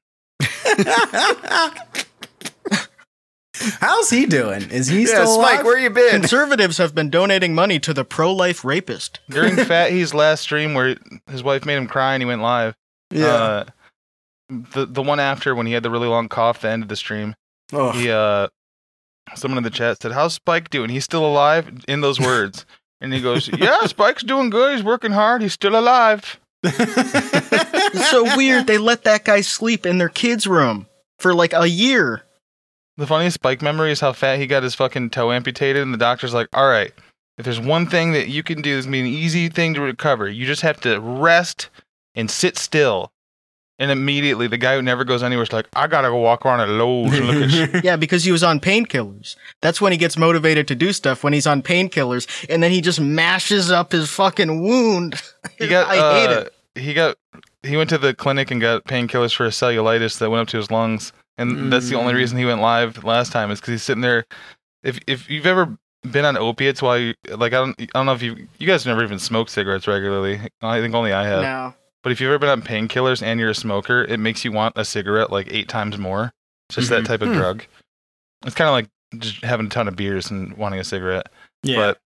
Speaker 4: how's he doing is he
Speaker 3: yeah,
Speaker 4: still
Speaker 3: Spike,
Speaker 4: alive?
Speaker 3: where you been?
Speaker 1: Conservatives have been donating money to the pro-life rapist.
Speaker 2: During Fat He's last stream where his wife made him cry and he went live.
Speaker 4: yeah
Speaker 2: Uh, the the one after when he had the really long cough, the end of the stream.
Speaker 4: Ugh.
Speaker 2: He uh, someone in the chat said, "How's Spike doing? He's still alive." In those words, and he goes, "Yeah, Spike's doing good. He's working hard. He's still alive."
Speaker 1: It's so weird they let that guy sleep in their kids' room for like a year.
Speaker 2: The funniest Spike memory is how fat he got his fucking toe amputated, and the doctor's like, "All right, if there's one thing that you can do, this can be an easy thing to recover. You just have to rest and sit still." And immediately, the guy who never goes anywhere is like, "I gotta go walk around at Lowe's and look at." shit."
Speaker 1: Yeah, because he was on painkillers. That's when he gets motivated to do stuff when he's on painkillers, and then he just mashes up his fucking wound.
Speaker 2: He got.
Speaker 1: I hate
Speaker 2: uh,
Speaker 1: it.
Speaker 2: He got. He went to the clinic and got painkillers for his cellulitis that went up to his lungs, and that's the only
Speaker 4: Mm.
Speaker 2: reason he went live last time is because he's sitting there. If if you've ever been on opiates while you like, I don't I don't know if you you guys never even smoke cigarettes regularly. I think only I have.
Speaker 1: No.
Speaker 2: But if you've ever been on painkillers and you're a smoker, it makes you want a cigarette like eight times more. It's just
Speaker 1: Mm-hmm.
Speaker 4: Mhm.
Speaker 2: that type of
Speaker 3: Hmm.
Speaker 2: drug. It's kind of like just having a ton of beers and wanting a cigarette
Speaker 4: yeah
Speaker 2: but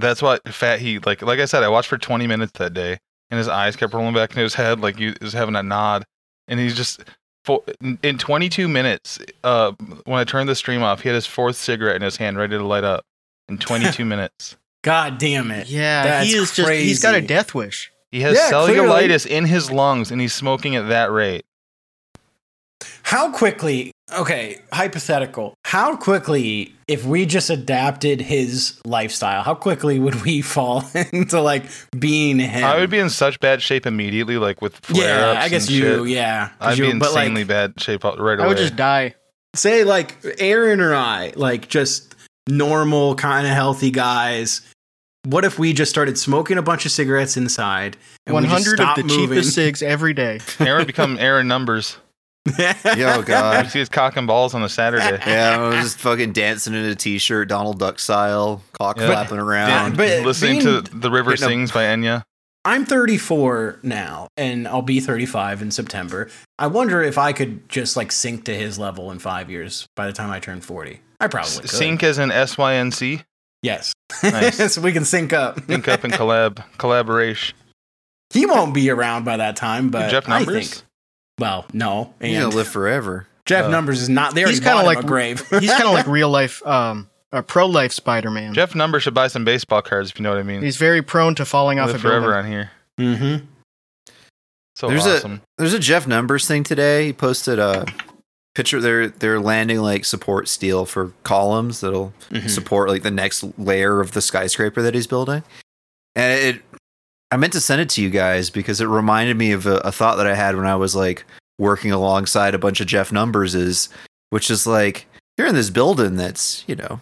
Speaker 2: that's why fat he like like i said i watched for 20 minutes that day and his eyes kept rolling back in his head like he was having a nod and he's just for in in 22 minutes uh when i turned the stream off he had his fourth cigarette in his hand ready to light up in 22 minutes
Speaker 4: god damn it
Speaker 1: Yeah, he
Speaker 4: That's
Speaker 1: is just he's got a
Speaker 4: crazy.
Speaker 1: death wish.
Speaker 2: he has
Speaker 4: Yeah, clearly.
Speaker 2: cellulitis in his lungs and he's smoking at that rate
Speaker 4: How quickly, okay, hypothetical, how quickly, if we just adapted his lifestyle, how quickly would we fall into like being him?
Speaker 2: i would be in such bad shape immediately like with
Speaker 4: yeah,
Speaker 2: flare-ups
Speaker 4: I guess
Speaker 2: and
Speaker 4: you,
Speaker 2: shit.
Speaker 4: yeah. 'Cause
Speaker 2: i'd be
Speaker 4: you- but, like,
Speaker 2: insanely bad shape right away
Speaker 1: I would just die.
Speaker 4: Say like Aaron or I, like just normal, kind of healthy guys. What if we just started smoking a bunch of cigarettes inside? and we
Speaker 1: One
Speaker 4: just
Speaker 1: hundred of
Speaker 4: stopped
Speaker 1: the cheapest cigs every day.
Speaker 2: aaron become aaron numbers
Speaker 3: Yo,
Speaker 2: i
Speaker 3: God.
Speaker 2: see his cock and balls on a saturday
Speaker 3: yeah, I was just fucking dancing in a t-shirt, Donald Duck style, cock
Speaker 2: Yeah.
Speaker 3: flapping around.
Speaker 4: Yeah, but
Speaker 2: listening
Speaker 4: being-
Speaker 2: to The River
Speaker 3: Hitting a-
Speaker 2: Sings by Enya.
Speaker 4: I'm 34 now, and I'll be 35 in September. I wonder if I could just like sink to his level in five years by the time I turn 40. I probably could.
Speaker 2: Sync as in S Y N C.
Speaker 4: Yes.
Speaker 2: Nice.
Speaker 4: so we can sync up.
Speaker 2: Sync up and collab, collaboration.
Speaker 4: he won't be around by that time, but
Speaker 2: Jeff
Speaker 4: I
Speaker 2: Numbers?
Speaker 4: think. Well, no.
Speaker 3: He's gonna
Speaker 4: And
Speaker 3: live forever.
Speaker 4: Jeff
Speaker 2: Uh,
Speaker 4: Numbers is not there.
Speaker 1: He's
Speaker 4: He's kind of
Speaker 1: kinda
Speaker 4: like
Speaker 1: like-
Speaker 4: a grave.
Speaker 1: He's kind of like real life, um, a pro life Spider Man.
Speaker 2: Jeff Number should buy some baseball cards if you know what I mean.
Speaker 1: He's very prone to falling off a
Speaker 2: Live forever
Speaker 1: building.
Speaker 2: on here.
Speaker 4: mm-hmm.
Speaker 2: So
Speaker 3: There's a-
Speaker 2: awesome.
Speaker 3: There's a Jeff Numbers thing today. He posted a picture. They're they're landing like support steel for columns that'll
Speaker 4: Mm-hmm.
Speaker 2: Hmm.
Speaker 3: support like the next layer of the skyscraper that he's building. And it, I meant to send it to you guys because it reminded me of a, a thought that I had when I was like working alongside a bunch of Jeff Numbers is, which is like you're in this building that's you know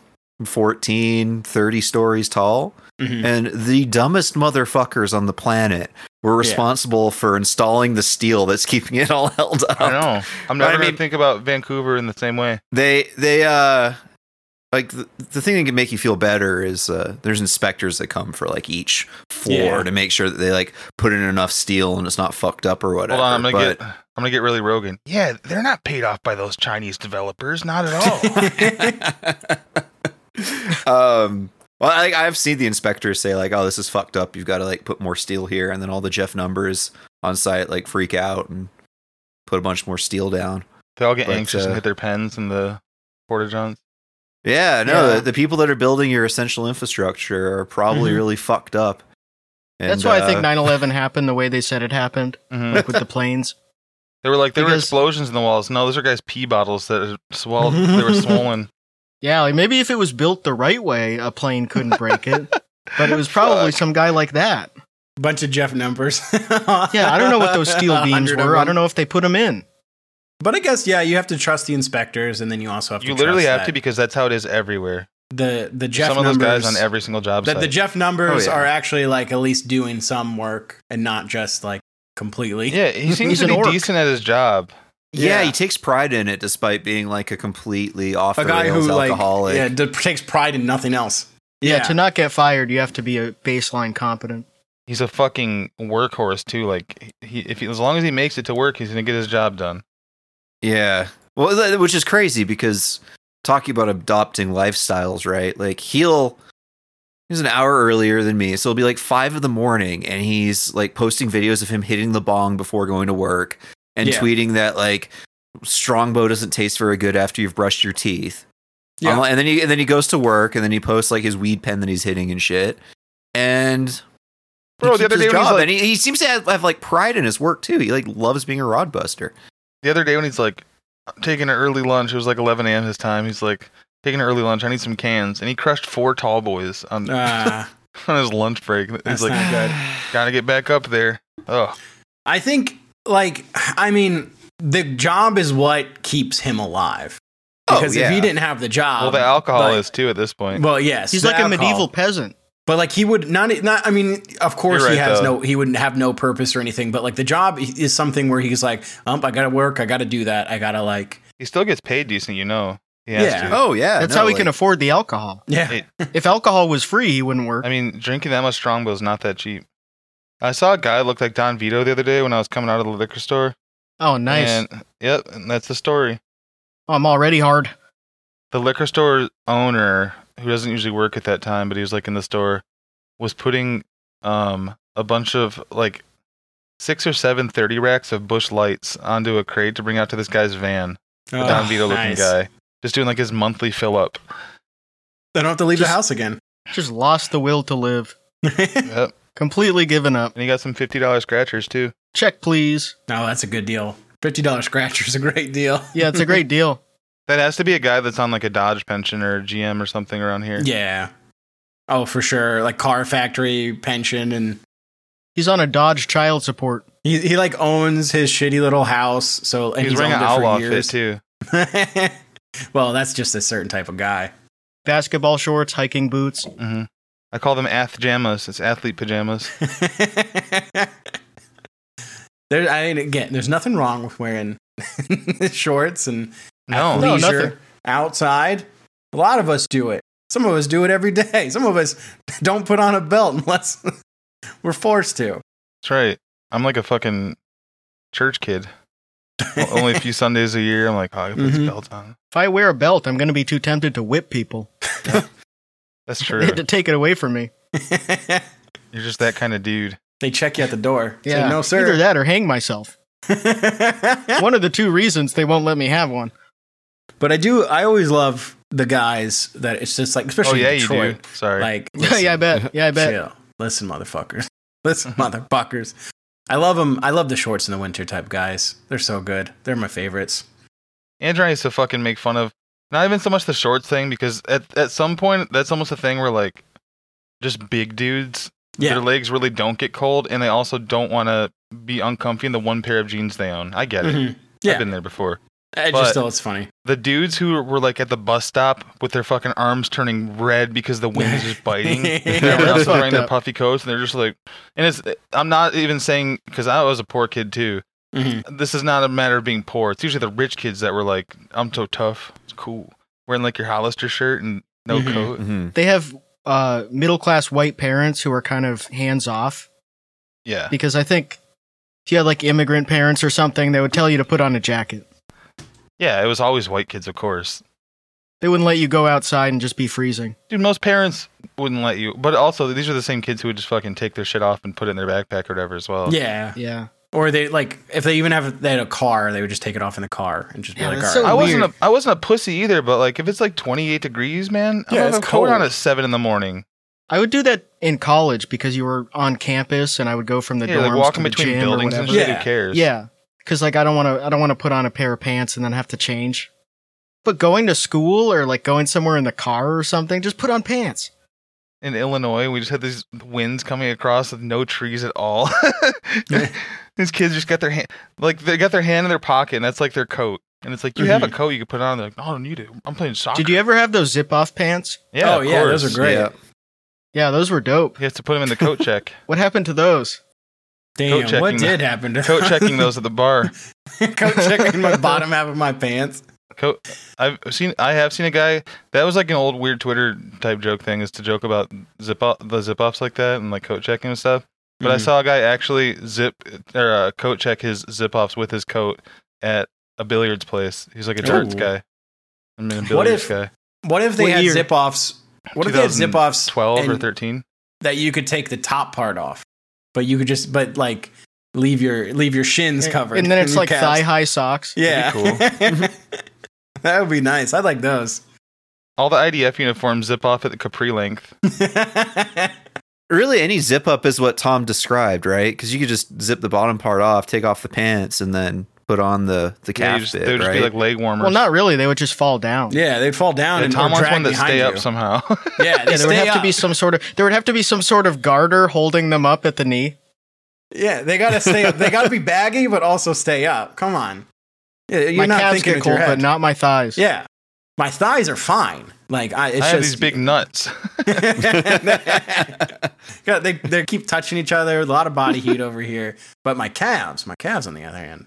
Speaker 3: 14, 30 stories tall.
Speaker 2: Hmm.
Speaker 4: Mm-hmm.
Speaker 3: And the dumbest motherfuckers on the planet were responsible for installing the steel that's keeping it all held up.
Speaker 2: I know. I'm
Speaker 3: But
Speaker 2: never
Speaker 3: I
Speaker 2: going
Speaker 3: mean-
Speaker 2: to think about Vancouver in the same way.
Speaker 3: They they uh like the, the thing that can make you feel better is uh there's inspectors that come for like each floor
Speaker 4: Yeah.
Speaker 3: to make sure that they like put in enough steel and it's not fucked up or whatever.
Speaker 2: Hold on, I'm gonna
Speaker 3: but
Speaker 2: get. I'm gonna get really Rogan. Yeah, they're not paid off by those
Speaker 4: Oh.
Speaker 2: Chinese developers, not at all.
Speaker 4: Mm-hmm.
Speaker 3: um Well, I, I've seen the inspectors say like, "Oh, this is fucked up. You've got to like put more steel here," and then all the Jeff numbers on site like freak out and put a bunch more steel down.
Speaker 2: They all get
Speaker 3: But,
Speaker 2: anxious
Speaker 3: uh,
Speaker 2: and hit their pens in the porta johns.
Speaker 3: Yeah, no,
Speaker 1: Yeah.
Speaker 3: The, the people that are building your essential infrastructure are probably
Speaker 1: Mhm.
Speaker 3: really fucked up. And,
Speaker 1: That's why I think
Speaker 3: uh,
Speaker 1: 9/11 happened the way they said it happened,
Speaker 2: Mhm.
Speaker 1: like with the planes.
Speaker 2: They were like there were
Speaker 1: Because-
Speaker 2: explosions in the walls. No, those are guys' pee bottles that swelled. they were swollen.
Speaker 1: Yeah, like maybe if it was built the right way, a plane couldn't break it. But it was probably some guy like that.
Speaker 4: Bunch of Jeff numbers.
Speaker 1: Yeah, I don't know what those steel beams were. I don't know if they put them in.
Speaker 4: But I guess yeah, you have to trust the inspectors, and then you also have
Speaker 2: You
Speaker 4: to
Speaker 2: literally
Speaker 4: trust
Speaker 2: have
Speaker 4: that
Speaker 2: to because that's how it is everywhere.
Speaker 4: the the Jeff
Speaker 2: Some of those
Speaker 4: numbers
Speaker 2: guys on every single job
Speaker 4: that the
Speaker 2: site.
Speaker 4: Jeff
Speaker 3: Oh,
Speaker 4: numbers
Speaker 3: yeah.
Speaker 4: are actually like at least doing some work and not just like completely.
Speaker 2: yeah, he seems
Speaker 1: He's
Speaker 2: to
Speaker 1: an
Speaker 2: be
Speaker 1: orc.
Speaker 2: decent at his job.
Speaker 3: yeah,
Speaker 4: Yeah.
Speaker 3: he takes pride in it despite being like a completely off
Speaker 4: A
Speaker 3: the
Speaker 4: guy who
Speaker 3: rails
Speaker 4: like
Speaker 3: alcoholic.
Speaker 4: yeah d- takes pride in nothing else.
Speaker 1: Yeah. to not get fired, you have to be a baseline competent.
Speaker 2: He's a fucking workhorse too. Like he, if he, as long as he makes it to work, he's gonna get his job done.
Speaker 3: Yeah. Well, th- which is crazy because talking about adopting lifestyles, right? Like he'll he's an hour earlier than me, so it'll be like five in the morning, and he's like posting videos of him hitting the bong before going to work and
Speaker 4: Yeah.
Speaker 3: tweeting that like strongbow doesn't taste very good after you've brushed your teeth.
Speaker 4: Yeah.
Speaker 3: Um, and then he and then he goes to work, and then he posts like his weed pen that he's hitting and shit, and.
Speaker 2: Bro,
Speaker 3: he
Speaker 2: the
Speaker 3: keeps
Speaker 2: other
Speaker 3: his
Speaker 2: day when he's
Speaker 3: job,
Speaker 2: like-
Speaker 3: and he, he seems to have, have like pride in his work too. He like loves being a rod buster.
Speaker 2: The other day when he's like uh, taking an early lunch, it was like 11 a.m. his time. He's like taking an early lunch. I need some cans, and he crushed four tall boys on,
Speaker 4: Uh,
Speaker 2: on his lunch break.
Speaker 4: That's
Speaker 2: He's like,
Speaker 4: not good.
Speaker 2: gotta get back up there. Oh,
Speaker 4: I think like I mean the job is what keeps him alive.
Speaker 3: Oh,
Speaker 4: Because if
Speaker 3: yeah.
Speaker 4: he didn't have the job,
Speaker 2: well, the alcohol
Speaker 4: like-
Speaker 2: is too at this point.
Speaker 4: Well, yes,
Speaker 1: He's
Speaker 4: the
Speaker 1: like a
Speaker 4: alcohol.
Speaker 1: medieval peasant.
Speaker 4: But like he would not, not. I mean, of course
Speaker 2: You're
Speaker 4: he
Speaker 2: right,
Speaker 4: has
Speaker 2: though.
Speaker 4: no. He wouldn't have no purpose or anything. But like the job is something where he's like, um, I gotta work. I gotta do that. I gotta like,
Speaker 2: He still gets paid decent, you know. He has
Speaker 4: Yeah.
Speaker 2: to.
Speaker 3: Oh yeah,
Speaker 1: That's
Speaker 3: no,
Speaker 1: how he
Speaker 3: like-
Speaker 1: can afford the alcohol.
Speaker 4: yeah.
Speaker 2: Hey,
Speaker 1: If alcohol was free, he wouldn't work.
Speaker 2: I mean, drinking that much Strongbow is not that cheap. I saw a guy that looked like Don Vito the other day when I was coming out of the liquor store.
Speaker 1: Oh, nice.
Speaker 2: And, yep, and that's the story.
Speaker 1: Oh, I'm already hard.
Speaker 2: The liquor store owner, who doesn't usually work at that time, but he was like in the store, was putting um a bunch of like six or seven 30 racks of bush lights onto a crate to bring out to this guy's van. The Don Vito looking
Speaker 4: Oh, nice.
Speaker 2: guy. Just doing like his monthly fill up.
Speaker 4: They don't have to leave the
Speaker 1: Just-
Speaker 4: house again.
Speaker 1: Just lost the will to live.
Speaker 4: no,
Speaker 2: Yep.
Speaker 1: Completely given up.
Speaker 2: And he got some fifty dollar scratchers too.
Speaker 1: Check, please.
Speaker 4: that's a good deal. Fifty dollars scratcher is a great deal.
Speaker 1: Yeah, it's a great deal.
Speaker 2: That has to be a guy that's on like a Dodge pension or a GM or something around here.
Speaker 4: Yeah. Oh, for sure. Like car factory pension, and
Speaker 1: He's on a Dodge child support.
Speaker 4: he he like owns his shitty little house. So and
Speaker 2: He's,
Speaker 4: he's,
Speaker 2: wearing an
Speaker 4: owned
Speaker 2: owl
Speaker 4: it for
Speaker 2: outfit
Speaker 4: years.
Speaker 2: too.
Speaker 4: well, that's just a certain type of guy.
Speaker 1: Basketball shorts, hiking boots.
Speaker 2: hmm I call them ath jamas. It's athlete pajamas.
Speaker 4: there, I mean, again, there's nothing wrong with wearing shorts and
Speaker 2: No.
Speaker 1: Oh, No,
Speaker 4: leisure
Speaker 1: nothing.
Speaker 4: outside. A lot of us do it. Some of us do it every day. Some of us don't put on a belt unless we're forced to.
Speaker 2: That's right. I'm like a fucking church kid. O- Only a few Sundays a year, I'm like, oh, I can put this
Speaker 4: Mhm.
Speaker 2: belt on.
Speaker 1: If I wear a belt, I'm going to be too tempted to whip people.
Speaker 2: That's
Speaker 1: They
Speaker 2: true.
Speaker 1: had to take it away from me.
Speaker 2: You're just that kind of dude. Oh,
Speaker 4: they check you at the door. Say,
Speaker 1: Yeah.
Speaker 4: no,
Speaker 1: Either
Speaker 4: sir.
Speaker 1: that or hang myself. One of the two reasons they won't let me have one.
Speaker 4: but I do. I always love the guys that it's just like,
Speaker 2: Oh
Speaker 4: especially
Speaker 2: yeah,
Speaker 4: in Detroit.
Speaker 2: you do. Sorry.
Speaker 4: Like,
Speaker 1: yeah, I bet. Yeah, I bet.
Speaker 4: Chill. Listen, motherfuckers. Listen, motherfuckers. I love them. I love the shorts in the winter type guys. They're so good. They're my favorites.
Speaker 2: Andrew used to fucking make fun of not even so much the shorts thing because at at some point that's almost a thing where like just big dudes their
Speaker 4: Yeah.
Speaker 2: legs really don't get cold and they also don't want to be uncomfy in the one pair of jeans they own. I get it.
Speaker 4: Mhm.
Speaker 2: I've
Speaker 4: Yeah.
Speaker 2: been there before.
Speaker 4: I
Speaker 2: but-
Speaker 4: just thought it's funny.
Speaker 2: The dudes who were like at the bus stop with their fucking arms turning red because the wind is just biting.
Speaker 4: Yeah,
Speaker 2: and everyone else
Speaker 1: that's
Speaker 2: is wearing
Speaker 1: fucked
Speaker 2: their
Speaker 1: up.
Speaker 2: puffy coats and they're just like, and it's, I'm not even saying, because I was a poor kid too.
Speaker 4: Mhm.
Speaker 2: This is not a matter of being poor. It's usually the rich kids that were like, I'm so tough. It's cool. Wearing like your Hollister shirt and no
Speaker 1: Mm-hmm.
Speaker 4: Mhm.
Speaker 2: coat.
Speaker 3: Mhm.
Speaker 1: They have uh, middle class white parents who are kind of hands off
Speaker 2: Yeah.
Speaker 1: because I think if you had like immigrant parents or something, they would tell you to put on a jacket.
Speaker 2: Yeah. It was always white kids, of course.
Speaker 1: They wouldn't let you go outside and just be freezing.
Speaker 2: Dude, most parents wouldn't let you. But also, these are the same kids who would just fucking take their shit off and put it in their backpack or whatever as well.
Speaker 4: Yeah.
Speaker 1: Yeah.
Speaker 4: Or they like if they even have they had a car, they would just take it off in the car and just be
Speaker 1: Yeah,
Speaker 4: like, all
Speaker 1: that's
Speaker 4: right.
Speaker 1: so
Speaker 2: I wasn't
Speaker 1: Weird.
Speaker 2: a I wasn't a pussy either, but like if it's like 28 degrees, man,
Speaker 4: Yeah,
Speaker 2: I'm
Speaker 4: it's
Speaker 2: gonna coat on
Speaker 4: cold.
Speaker 2: at seven in the morning.
Speaker 1: I would do that in college because you were on campus and I would go from the
Speaker 2: yeah,
Speaker 1: dorms
Speaker 2: like walking
Speaker 1: to the
Speaker 2: between
Speaker 1: gym
Speaker 2: buildings
Speaker 1: or
Speaker 2: and
Speaker 1: whatever.
Speaker 2: shit.
Speaker 4: Yeah.
Speaker 2: Who cares?
Speaker 1: Yeah. Cuz like I don't want to I don't want to put on a pair of pants and then have to change. But going to school or like going somewhere in the car or something, just put on pants.
Speaker 2: In Illinois, we just had these winds coming across with no trees at all. these kids just got their hand like they got their hand in their pocket, and that's like their coat. And it's like you have a coat you can put on. They're like, no, I don't need it. I'm playing soccer.
Speaker 1: Did you ever have those zip-off pants?
Speaker 2: Yeah,
Speaker 4: oh
Speaker 2: of
Speaker 4: yeah, those
Speaker 2: course.
Speaker 4: are great.
Speaker 3: Yeah.
Speaker 1: Yeah, those were dope.
Speaker 2: You have to put them in the coat check.
Speaker 1: What happened to those?
Speaker 4: Damn,
Speaker 2: Coat
Speaker 4: what
Speaker 2: checking.
Speaker 4: did happen to
Speaker 2: coat checking those at the bar.
Speaker 4: coat checking my bottom half of my pants.
Speaker 2: Coat. I've seen. I have seen a guy that was like an old weird Twitter type joke thing is to joke about zip up the zip offs like that and like coat checking and stuff. But I
Speaker 4: Mhm.
Speaker 2: saw a guy actually zip or uh, coat check his zip offs with his coat at a billiards place. He's like a darts
Speaker 4: Ooh.
Speaker 2: guy. I mean, a
Speaker 4: What
Speaker 2: billiards
Speaker 4: if-
Speaker 2: guy.
Speaker 4: What if they
Speaker 1: What
Speaker 4: had
Speaker 1: year?
Speaker 4: zip offs? What if they had zip offs
Speaker 2: 12 or
Speaker 4: and-
Speaker 2: 13.
Speaker 4: that you could take the top part off, but you could just but like leave your leave your shins covered.
Speaker 1: And then it's
Speaker 4: your
Speaker 1: like
Speaker 4: calves.
Speaker 1: thigh-high socks.
Speaker 4: Yeah,
Speaker 2: That'd
Speaker 4: that would be nice. I like those.
Speaker 2: All the IDF uniforms zip off at the capri length.
Speaker 3: Really, any zip up is what Tom described, right? Because you could just zip the bottom part off, take off the pants, and then put on the the
Speaker 2: Yeah,
Speaker 3: calf
Speaker 2: you just-
Speaker 3: bit,
Speaker 2: they would just
Speaker 3: right?
Speaker 2: be like leg warmers.
Speaker 1: Well, not really. They would just fall down.
Speaker 4: yeah, they'd fall down
Speaker 2: Yeah,
Speaker 4: and
Speaker 2: Tom
Speaker 4: or
Speaker 2: wants
Speaker 4: drag
Speaker 2: one that
Speaker 4: behind
Speaker 2: stay
Speaker 4: you.
Speaker 2: up somehow.
Speaker 4: Yeah, they
Speaker 1: Yeah, there would
Speaker 4: stay
Speaker 1: have
Speaker 4: up.
Speaker 1: to be some sort of there would have to be some sort of garter holding them up at the knee.
Speaker 4: Yeah, they gotta stay up. They gotta be baggy, but also stay up. Come on, yeah, you're
Speaker 1: my
Speaker 4: not
Speaker 1: calves
Speaker 4: thinking
Speaker 1: get
Speaker 4: with your
Speaker 1: cold, but
Speaker 4: head.
Speaker 1: not my thighs.
Speaker 4: yeah, my thighs are fine. Like I,
Speaker 2: I
Speaker 4: it's
Speaker 2: have
Speaker 4: just
Speaker 2: these big nuts.
Speaker 4: Yeah, they they keep touching each other. A lot of body heat over here, but my calves, my calves on the other hand,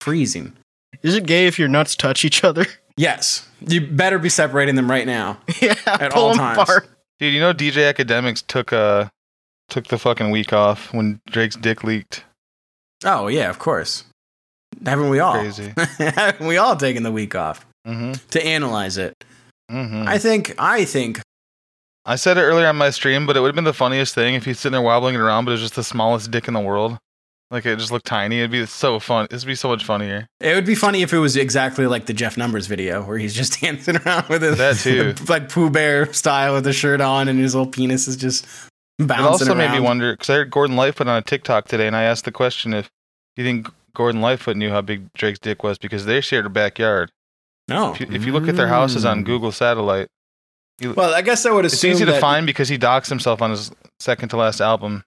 Speaker 4: freezing.
Speaker 1: Is it gay if your nuts touch each other?
Speaker 4: Yes, you better be separating them right now.
Speaker 1: yeah,
Speaker 4: At
Speaker 1: pull
Speaker 4: all
Speaker 1: them
Speaker 4: times.
Speaker 1: apart.
Speaker 2: Dude, you know DJ Academics took uh took the fucking week off when Drake's dick leaked.
Speaker 4: Oh yeah, of course. Haven't we all?
Speaker 2: Crazy.
Speaker 4: Haven't we all taken the week off
Speaker 2: hmm
Speaker 4: to analyze it?
Speaker 2: hmm I,
Speaker 4: I think. I think.
Speaker 2: said it earlier on my stream, but it would have been the funniest thing if he's sitting there wobbling it around, but it was just the smallest dick in the world. Like it just looked tiny. It'd be so fun. It'd be so much funnier.
Speaker 4: It would be funny if it was exactly like the Jeff Numbers video where he's just dancing around with his
Speaker 2: That too.
Speaker 4: like Pooh Bear style with the shirt on and his little penis is just bouncing
Speaker 2: It also
Speaker 4: around.
Speaker 2: made me wonder because I heard Gordon Lightfoot on a TikTok today, and I asked the question if do you think Gordon Lightfoot knew how big Drake's dick was because they shared a backyard.
Speaker 4: No.
Speaker 2: If you, if you look at their houses on
Speaker 3: Mm.
Speaker 2: Google Satellite,
Speaker 4: Well, I guess I would
Speaker 2: it's
Speaker 4: assume
Speaker 2: easy to
Speaker 4: that-
Speaker 2: find because he docks himself on his second to last album.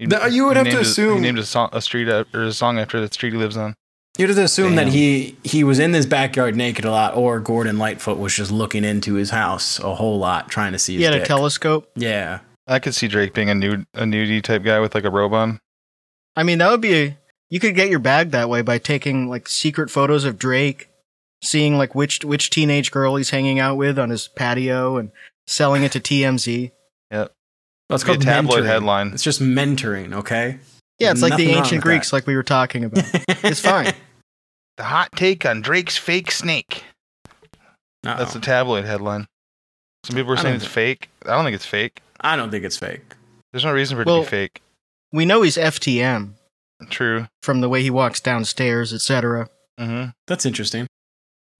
Speaker 2: He-
Speaker 4: No, you would
Speaker 2: he
Speaker 4: have to
Speaker 2: named his-
Speaker 4: assume-
Speaker 2: he named a song, a street, a, or a song after the street he lives on.
Speaker 4: You'd have to assume that
Speaker 3: Damn.
Speaker 4: he he was in this backyard naked a lot, or Gordon Lightfoot was just looking into his house a whole lot, trying to see.
Speaker 1: He
Speaker 4: His
Speaker 1: had a
Speaker 4: dick.
Speaker 1: telescope.
Speaker 4: Yeah.
Speaker 2: I could see Drake being a nude, a nudie type guy with like a robe on.
Speaker 1: I mean, that would be a, you could get your bag that way by taking like secret photos of Drake, seeing like which which teenage girl he's hanging out with on his patio and selling it to TMZ.
Speaker 4: Well, it's
Speaker 2: Be a
Speaker 4: called
Speaker 2: tabloid
Speaker 4: mentoring.
Speaker 2: headline.
Speaker 4: It's just mentoring, okay?
Speaker 1: Yeah, it's like the
Speaker 4: Nothing wrong
Speaker 1: ancient
Speaker 4: with
Speaker 1: Greeks,
Speaker 4: that.
Speaker 1: like we were talking about. it's fine.
Speaker 2: The hot take on Drake's fake snake.
Speaker 4: Uh-oh.
Speaker 2: That's a tabloid headline. Some people were
Speaker 4: I
Speaker 2: saying
Speaker 4: don't
Speaker 2: it's fake. I don't think it's fake.
Speaker 4: I don't think it's fake.
Speaker 2: There's no reason for it
Speaker 1: Well-
Speaker 2: to be fake.
Speaker 1: We know he's FTM
Speaker 2: True.
Speaker 1: from the way he walks downstairs, etc.
Speaker 2: hmm
Speaker 4: That's interesting.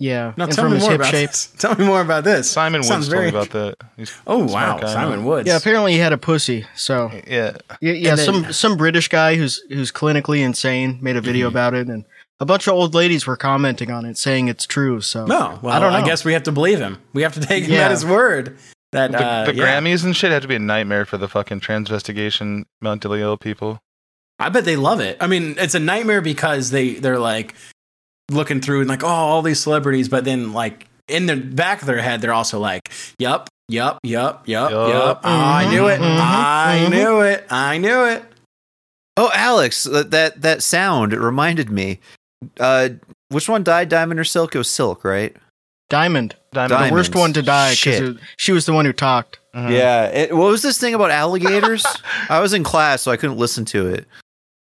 Speaker 1: Yeah,
Speaker 4: Now
Speaker 1: and
Speaker 4: tell
Speaker 1: from
Speaker 4: me
Speaker 1: his
Speaker 4: more
Speaker 1: hip
Speaker 4: about
Speaker 1: shape.
Speaker 4: this. Tell me more about this.
Speaker 2: Simon Woods
Speaker 4: Sounds
Speaker 2: told
Speaker 4: very-
Speaker 2: me about that. He's-
Speaker 4: Oh wow,
Speaker 2: Smart guy,
Speaker 4: Simon
Speaker 2: huh?
Speaker 4: Woods.
Speaker 1: Yeah, apparently he had a pussy. So
Speaker 2: yeah,
Speaker 1: Yeah, yeah
Speaker 4: And then-
Speaker 1: some some British guy who's who's clinically insane made a video
Speaker 4: Mhm.
Speaker 1: about it, and a bunch of old ladies were commenting on it, saying it's true. So
Speaker 4: No, Oh, well, I
Speaker 1: I don't
Speaker 4: I
Speaker 1: know.
Speaker 4: guess we have to believe him. We have to take him
Speaker 1: Yeah.
Speaker 4: at his word. That
Speaker 2: the,
Speaker 4: uh,
Speaker 2: the
Speaker 4: yeah.
Speaker 2: Grammys and shit had to be a nightmare for the fucking transvestigation mentally ill people.
Speaker 4: I bet they love it. I mean, it's a nightmare because they they're like looking through and like, oh, all these celebrities, but then like in the back of their head, they're also like, yup, yup, yup, yup, yup.
Speaker 2: Yup. Mm-hmm.
Speaker 4: I knew it.
Speaker 1: Mhm,
Speaker 4: I
Speaker 1: mhm.
Speaker 4: knew it. I knew it.
Speaker 3: Oh, Alex, that that, that sound it reminded me. Uh, which one died, Diamond or Silk? It was Silk, right?
Speaker 1: Diamond,
Speaker 2: Diamond.
Speaker 1: the worst
Speaker 3: Diamonds.
Speaker 1: one to die because
Speaker 3: Shit.
Speaker 1: she was the one who talked.
Speaker 2: Mhm.
Speaker 3: Yeah. It, what was this thing about alligators? I was in class, so I couldn't listen to it.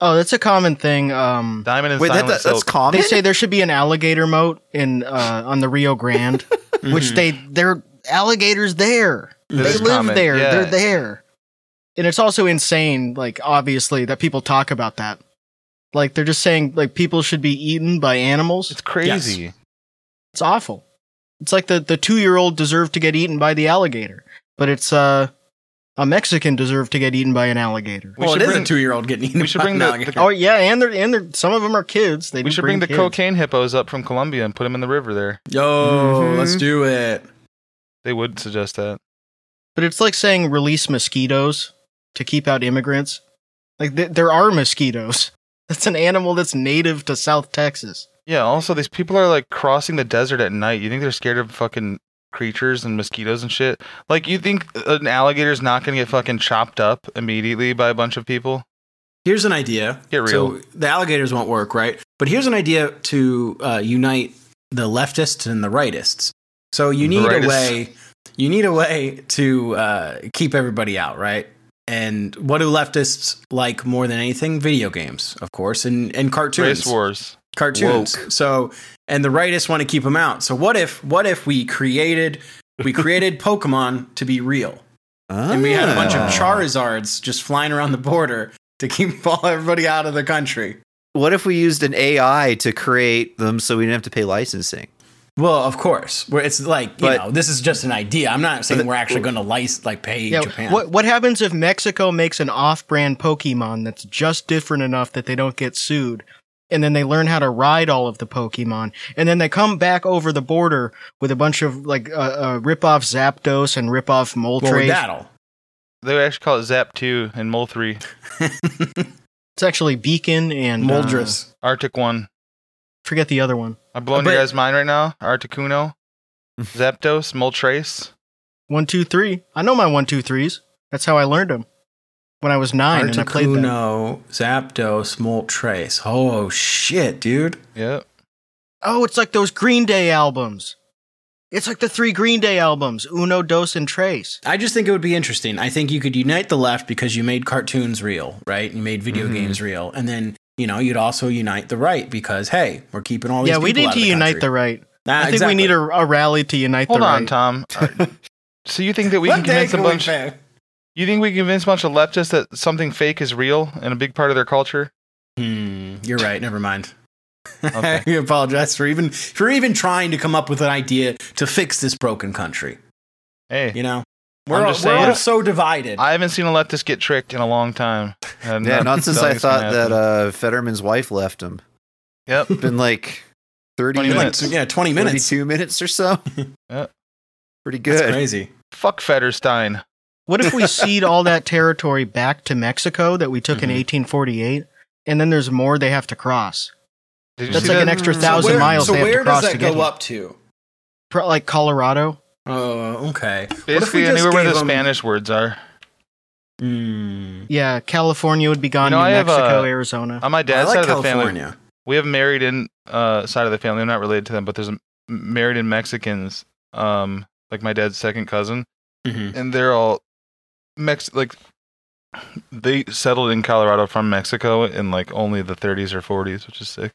Speaker 1: Oh, that's a common thing. Um,
Speaker 2: Diamond and
Speaker 3: Wait, that,
Speaker 2: Silent
Speaker 3: that, that's
Speaker 2: Silk.
Speaker 3: common.
Speaker 1: they say there should be an alligator moat in uh, on the Rio Grande
Speaker 2: Mm-hmm.
Speaker 1: which they they're alligators there.
Speaker 2: That
Speaker 1: they
Speaker 2: is
Speaker 1: live
Speaker 2: common,
Speaker 1: there.
Speaker 2: yeah.
Speaker 1: They're there. And it's also insane, like obviously, that people talk about that. Like they're just saying like people should be eaten by animals.
Speaker 2: It's crazy.
Speaker 1: It's awful. It's like the the two year old deserved to get eaten by the alligator, but it's uh a Mexican deserved to get eaten by an alligator.
Speaker 2: We
Speaker 4: well,
Speaker 2: should
Speaker 4: it is
Speaker 2: bring-
Speaker 4: a two-year-old getting eaten.
Speaker 2: we should
Speaker 4: by
Speaker 2: bring
Speaker 4: an
Speaker 2: the-
Speaker 4: alligator.
Speaker 2: the-
Speaker 1: Oh yeah, and they're and they're some of them are kids. They
Speaker 2: We
Speaker 1: do
Speaker 2: should bring, the
Speaker 1: kids.
Speaker 2: cocaine hippos up from Colombia and put them in the river there.
Speaker 4: Yo, let's do it.
Speaker 2: They would suggest that.
Speaker 1: But it's like saying release mosquitoes to keep out immigrants. Like th- there are mosquitoes. That's an animal that's native to South Texas.
Speaker 2: Yeah, also these people are like crossing the desert at night. You think they're scared of fucking creatures and mosquitoes and shit? Like you think an alligator's not going to get fucking chopped up immediately by a bunch of people?
Speaker 4: Here's an idea.
Speaker 2: Get real.
Speaker 4: So the alligators won't work, right? But here's an idea to uh, unite the leftists and the rightists. So
Speaker 2: The
Speaker 4: you need
Speaker 2: rightists.
Speaker 4: a way. You need a way to uh, keep everybody out, right? And what do leftists like more than anything? Video games, of course, and and cartoons.
Speaker 2: Race wars.
Speaker 4: cartoons. So and the rightists want to keep them out. So what if what if we created we created Pokemon to be real? And we had a bunch of
Speaker 3: Ah.
Speaker 4: Charizards just flying around the border to keep all everybody out of the country.
Speaker 3: What if we used an AI to create them so we didn't have to pay licensing?
Speaker 4: Well, of course. Where it's like, you
Speaker 3: But-
Speaker 4: know, this is just an idea. I'm not saying we're actually going to license like pay
Speaker 1: Yeah,
Speaker 4: Japan.
Speaker 1: what what happens if Mexico makes an off-brand Pokemon that's just different enough that they don't get sued? And then they learn how to ride all of the Pokemon, and then they come back over the border with a bunch of like uh, uh, rip-off Zapdos and rip-off
Speaker 4: Well, we
Speaker 1: Moltres.
Speaker 4: battle.
Speaker 2: They would actually call it Zap 2 and Mole 3,
Speaker 1: it's actually Beacon and uh,
Speaker 4: Moldress.
Speaker 2: Arctic 1.
Speaker 1: forget the other one.
Speaker 2: I'm blowing
Speaker 4: But-
Speaker 2: your guys' mind right now. Articuno, Zapdos, Moltres.
Speaker 1: One, two, three. I know my one, two, threes. That's how I learned them when I was nine and I played them.
Speaker 4: Articuno, Zapdos, Moltres. Oh shit, dude.
Speaker 2: Yep.
Speaker 1: Oh, it's like those Green Day albums. It's like the three Green Day albums Uno, Dos, and Trace.
Speaker 4: I just think it would be interesting. I think you could unite the left because you made cartoons real, right? You made video
Speaker 2: Mhm.
Speaker 4: games real, and then you know you'd also unite the right because hey, we're keeping all these.
Speaker 1: yeah, we
Speaker 4: people
Speaker 1: need
Speaker 4: out
Speaker 1: to
Speaker 4: of the
Speaker 1: unite
Speaker 4: country. Ah,
Speaker 1: the right.
Speaker 4: Nah,
Speaker 1: I think
Speaker 4: exactly.
Speaker 1: we need a, a rally to unite
Speaker 2: Hold
Speaker 1: the
Speaker 2: on,
Speaker 1: right.
Speaker 2: Tom. Are- so you think that we
Speaker 4: One
Speaker 2: can
Speaker 4: day
Speaker 2: convince a
Speaker 4: can we
Speaker 2: bunch?
Speaker 4: fail.
Speaker 2: You think we can convince a bunch of leftists that something fake is real and a big part of their culture?
Speaker 4: Hmm, you're right. Never mind.
Speaker 2: Okay.
Speaker 4: I apologize for even for even trying to come up with an idea to fix this broken country.
Speaker 2: Hey,
Speaker 4: You know, we're
Speaker 2: I'm
Speaker 4: all,
Speaker 2: just
Speaker 4: we're
Speaker 2: saying-
Speaker 4: all so divided.
Speaker 2: I haven't seen a leftist get tricked in a long time. And
Speaker 3: Yeah,
Speaker 2: I'm
Speaker 3: not since
Speaker 2: telling
Speaker 3: I
Speaker 2: it's gonna
Speaker 3: thought that
Speaker 2: happen.
Speaker 3: uh, Fetterman's wife left him.
Speaker 2: Yep.
Speaker 3: Been like 30
Speaker 2: 20
Speaker 4: Like,
Speaker 3: minutes,
Speaker 2: minutes.
Speaker 4: yeah, twenty minutes.
Speaker 3: 32 minutes or so.
Speaker 2: Yeah.
Speaker 3: Pretty
Speaker 4: That's
Speaker 3: good.
Speaker 4: crazy.
Speaker 2: Fuck Fetterstein.
Speaker 1: What if we cede all that territory back to Mexico that we took in
Speaker 4: Mhm.
Speaker 1: 1848? And then there's more they have to cross.
Speaker 2: Did you
Speaker 1: That's
Speaker 2: see
Speaker 1: like
Speaker 2: that?
Speaker 1: an extra
Speaker 3: So
Speaker 1: thousand
Speaker 3: where-
Speaker 1: miles
Speaker 4: So
Speaker 1: they have
Speaker 4: where
Speaker 1: to cross
Speaker 4: does that
Speaker 1: to get
Speaker 4: go
Speaker 1: here.
Speaker 4: up to?
Speaker 1: Pro- like Colorado?
Speaker 4: Oh, okay.
Speaker 2: Basically, anywhere where the
Speaker 4: Spanish.
Speaker 2: Spanish words are.
Speaker 4: Mm.
Speaker 1: Yeah, California would be gone,
Speaker 2: You know,
Speaker 1: New
Speaker 2: I have,
Speaker 1: Mexico,
Speaker 2: uh,
Speaker 1: Arizona.
Speaker 2: On my
Speaker 4: I
Speaker 2: dad's
Speaker 4: like
Speaker 2: side of the family,
Speaker 4: California.
Speaker 2: we have married in uh, side of the family. I'm not related to them, but there's a, married in Mexicans. Um, like my dad's second cousin,
Speaker 4: Mm-hmm.
Speaker 2: and they're all Mex. Like they settled in Colorado from Mexico in like only the 30s or 40s, which is sick.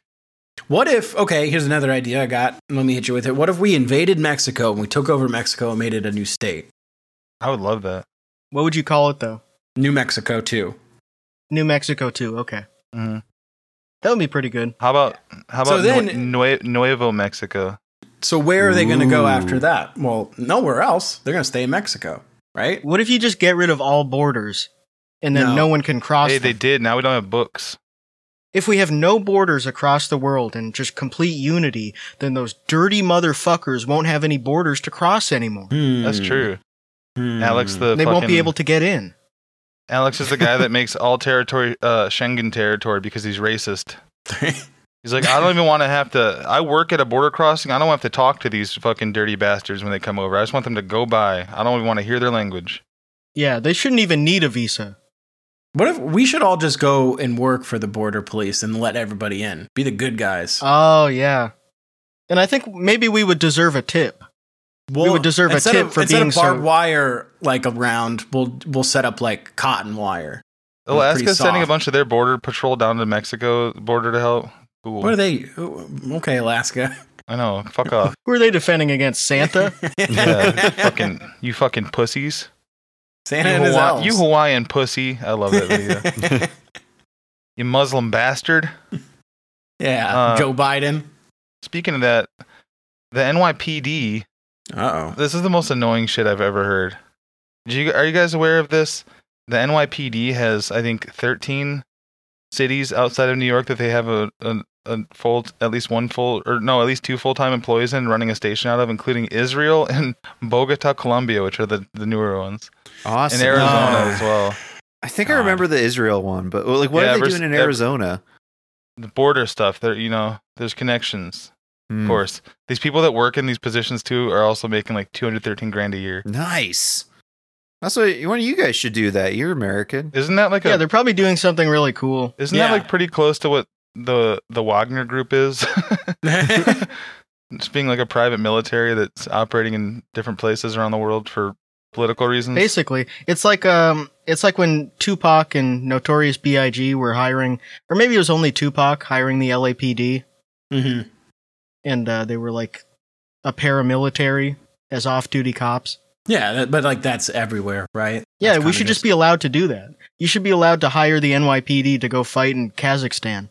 Speaker 4: What if? Okay, here's another idea I got. Let me hit you with it. What if we invaded Mexico and we took over Mexico and made it a new state?
Speaker 2: I would love that.
Speaker 1: what would you call it, though?
Speaker 4: New Mexico too.
Speaker 1: New Mexico, too. Okay. Mm-hmm.
Speaker 2: Mhm.
Speaker 1: That would be pretty good.
Speaker 2: How about how
Speaker 4: So
Speaker 2: about
Speaker 4: then-
Speaker 2: Nue- Nue- Nuevo Mexico?
Speaker 4: So where are they going to
Speaker 3: Ooh.
Speaker 4: go after that? Well, nowhere else. They're going to stay in Mexico, right?
Speaker 1: What if you just get rid of all borders and then
Speaker 4: No.
Speaker 1: no, one can cross?
Speaker 2: Hey, they
Speaker 1: them?
Speaker 2: did. Now we don't have books.
Speaker 1: If we have no borders across the world and just complete unity, then those dirty motherfuckers won't have any borders to cross anymore.
Speaker 2: That's true. Alex the
Speaker 1: Mm. they won't be
Speaker 2: fucking-
Speaker 1: able to get in.
Speaker 2: Alex is the guy that makes all territory uh, Schengen territory because he's racist. He's like, I don't even want to have to. I work at a border crossing. I don't have to talk to these fucking dirty bastards when they come over. I just want them to go by. I don't even want to hear their language.
Speaker 1: Yeah, they shouldn't even need a visa.
Speaker 4: what if we should all just go and work for the border police and let everybody in? Be the good guys.
Speaker 1: Oh, yeah. And I think maybe we would deserve a tip.
Speaker 4: Well,
Speaker 1: would deserve a
Speaker 4: instead
Speaker 1: tip
Speaker 4: of,
Speaker 1: for
Speaker 4: instead
Speaker 1: being
Speaker 4: of
Speaker 1: so-
Speaker 4: barbed wire like around. We'll we'll set up like cotton wire. They're pretty
Speaker 2: Alaska's sending a
Speaker 4: soft.
Speaker 2: bunch of their border patrol down to Mexico border to help. Cool.
Speaker 4: What are they? oh, Okay, Alaska.
Speaker 2: I know. Fuck off.
Speaker 1: Who are they defending against? Santa?
Speaker 2: Yeah, fucking you fucking pussies.
Speaker 4: Santa
Speaker 2: You,
Speaker 4: and his
Speaker 2: Hawa-
Speaker 4: elves.
Speaker 2: you Hawaiian pussy. I love that video. you Muslim bastard.
Speaker 4: yeah,
Speaker 2: Uh,
Speaker 4: Joe Biden.
Speaker 2: Speaking of that, the NYPD.
Speaker 4: Uh
Speaker 2: This is the most annoying shit I've ever heard. Do you are you guys aware of this? The NYPD has I think 13 cities outside of New York that they have a, a, a full at least one full or no at least two full time employees in running a station out of, including Israel and Bogota, Colombia, which are the, the newer ones,
Speaker 3: Awesome.
Speaker 2: and Arizona
Speaker 4: Ah.
Speaker 2: as well.
Speaker 3: I think I
Speaker 4: God.
Speaker 3: remember the Israel one, but well, like, what
Speaker 2: Yeah,
Speaker 3: are they
Speaker 2: vers-
Speaker 3: doing in
Speaker 2: ev-
Speaker 3: Arizona?
Speaker 2: The border stuff. There you know there's connections.
Speaker 3: Hmm.
Speaker 2: Of course, these people that work in these positions too are also making like 213 grand a year.
Speaker 3: Nice. That's what one of you guys should do. That you're American.
Speaker 2: Isn't that like a
Speaker 1: yeah, they're probably doing something really cool.
Speaker 2: Isn't
Speaker 4: Yeah.
Speaker 2: that like pretty close to what the the Wagner Group is?
Speaker 4: oh.
Speaker 2: Just being like a private military that's operating in different places around the world for political
Speaker 4: Mm.
Speaker 2: reasons.
Speaker 1: Basically, it's like um, it's like when Tupac and Notorious B.I.G. were hiring, or maybe it was only Tupac hiring the LAPD,
Speaker 4: hmm
Speaker 1: and uh, they were like a paramilitary as off-duty cops.
Speaker 4: Yeah, that, but like that's everywhere, right?
Speaker 1: Yeah, we
Speaker 4: That's kinda
Speaker 1: should just be allowed to do that. You should be allowed to hire the NYPD to go fight in Kazakhstan.
Speaker 2: We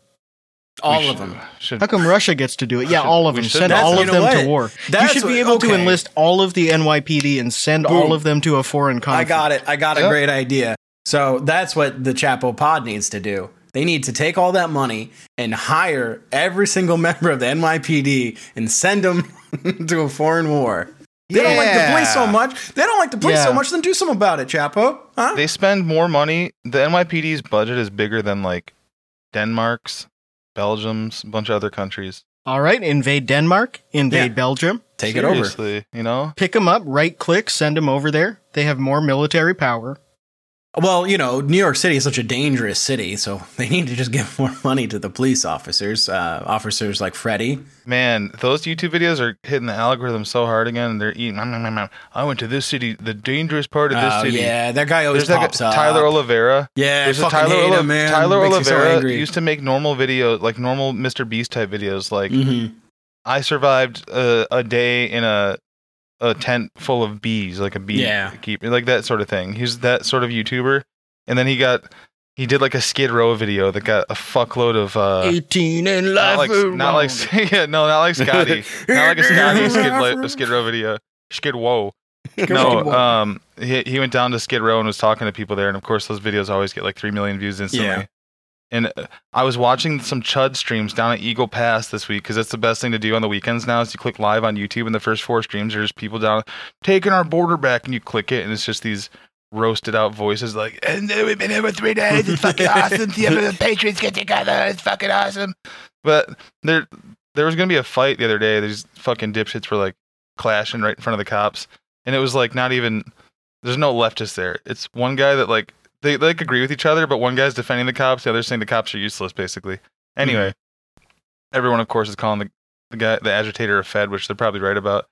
Speaker 4: all
Speaker 2: should-
Speaker 4: of them.
Speaker 2: Should,
Speaker 1: How come Russia gets to do it? Yeah,
Speaker 2: should-
Speaker 1: all of
Speaker 2: we
Speaker 1: them.
Speaker 2: should-
Speaker 1: Send
Speaker 2: that's-
Speaker 1: all
Speaker 2: you
Speaker 1: of
Speaker 4: know
Speaker 1: them
Speaker 4: what?
Speaker 1: to war.
Speaker 4: That's
Speaker 1: you should be
Speaker 4: what-
Speaker 1: able to
Speaker 4: okay.
Speaker 1: enlist all of the NYPD and send
Speaker 4: Boom.
Speaker 1: all of them to a foreign
Speaker 4: I
Speaker 1: conflict.
Speaker 4: got it. I got a
Speaker 2: Yep.
Speaker 4: great idea. So that's what the Chapo Pod needs to do. They need to take all that money and hire every single member of the NYPD and send them to a foreign war. They don't like the police so
Speaker 3: Yeah.
Speaker 4: much. They don't like the police so
Speaker 1: Yeah.
Speaker 4: much. Then do something about it, Chapo. Huh?
Speaker 2: they spend more money. The NYPD's budget is bigger than like Denmark's, Belgium's, a bunch of other countries.
Speaker 1: All right, invade Denmark, invade
Speaker 4: Yeah.
Speaker 1: Belgium,
Speaker 4: Take it over.
Speaker 2: Seriously, You know,
Speaker 1: pick them up, right click, send them over there. They have more military power.
Speaker 4: Well, you know, New York City is such a dangerous city, so they need to just give more money to the police officers. Uh, officers like Freddie.
Speaker 2: Man, those YouTube videos are hitting the algorithm so hard again. and They're eating. nom, nom, nom, nom. I went to this city, the dangerous part of this
Speaker 4: Oh,
Speaker 2: city.
Speaker 4: yeah, that guy always
Speaker 2: There's like
Speaker 4: pops
Speaker 2: a,
Speaker 4: up.
Speaker 2: Tyler Oliveira.
Speaker 4: Yeah, I
Speaker 2: There's a
Speaker 4: fucking
Speaker 2: Tyler,
Speaker 4: hate
Speaker 2: Oli-
Speaker 4: him, man.
Speaker 2: Tyler
Speaker 4: Makes me so
Speaker 2: Oliveira
Speaker 4: angry.
Speaker 2: used to make normal videos, like normal Mr. Beast type videos. Like
Speaker 4: Mhm.
Speaker 2: I survived a, a day in a a tent full of bees, like a bee
Speaker 4: Yeah.
Speaker 2: keep, like that sort of thing. He's that sort of YouTuber. And then he got he did like a Skid Row video that got a fuckload of uh,
Speaker 1: 18 and
Speaker 2: not
Speaker 1: life.
Speaker 2: like not like yeah no not like Scotty not like a Scotty Skid, Lo- Skid Row video. Skid Whoa. No, um, he, he went down to Skid Row and was talking to people there, and of course those videos always get like three million views instantly.
Speaker 4: Yeah.
Speaker 2: And uh, I was watching some Chud streams down at Eagle Pass this week because that's the best thing to do on the weekends now. Is you click live on YouTube, and the first four streams are just people down taking our border back, and you click it, and it's just these roasted out voices like, "And then we've been here for three days. It's fucking awesome. The other Patriots get together. It's fucking awesome." But there, there was gonna be a fight the other day. These fucking dipshits were like clashing right in front of the cops, and it was like not even. There's no leftists there. It's one guy that like they like agree with each other, but one guy's defending the cops, the other's saying the cops are useless, basically. Anyway,
Speaker 4: Mm-hmm.
Speaker 2: everyone of course is calling the, the guy the agitator a Fed, which they're probably right about.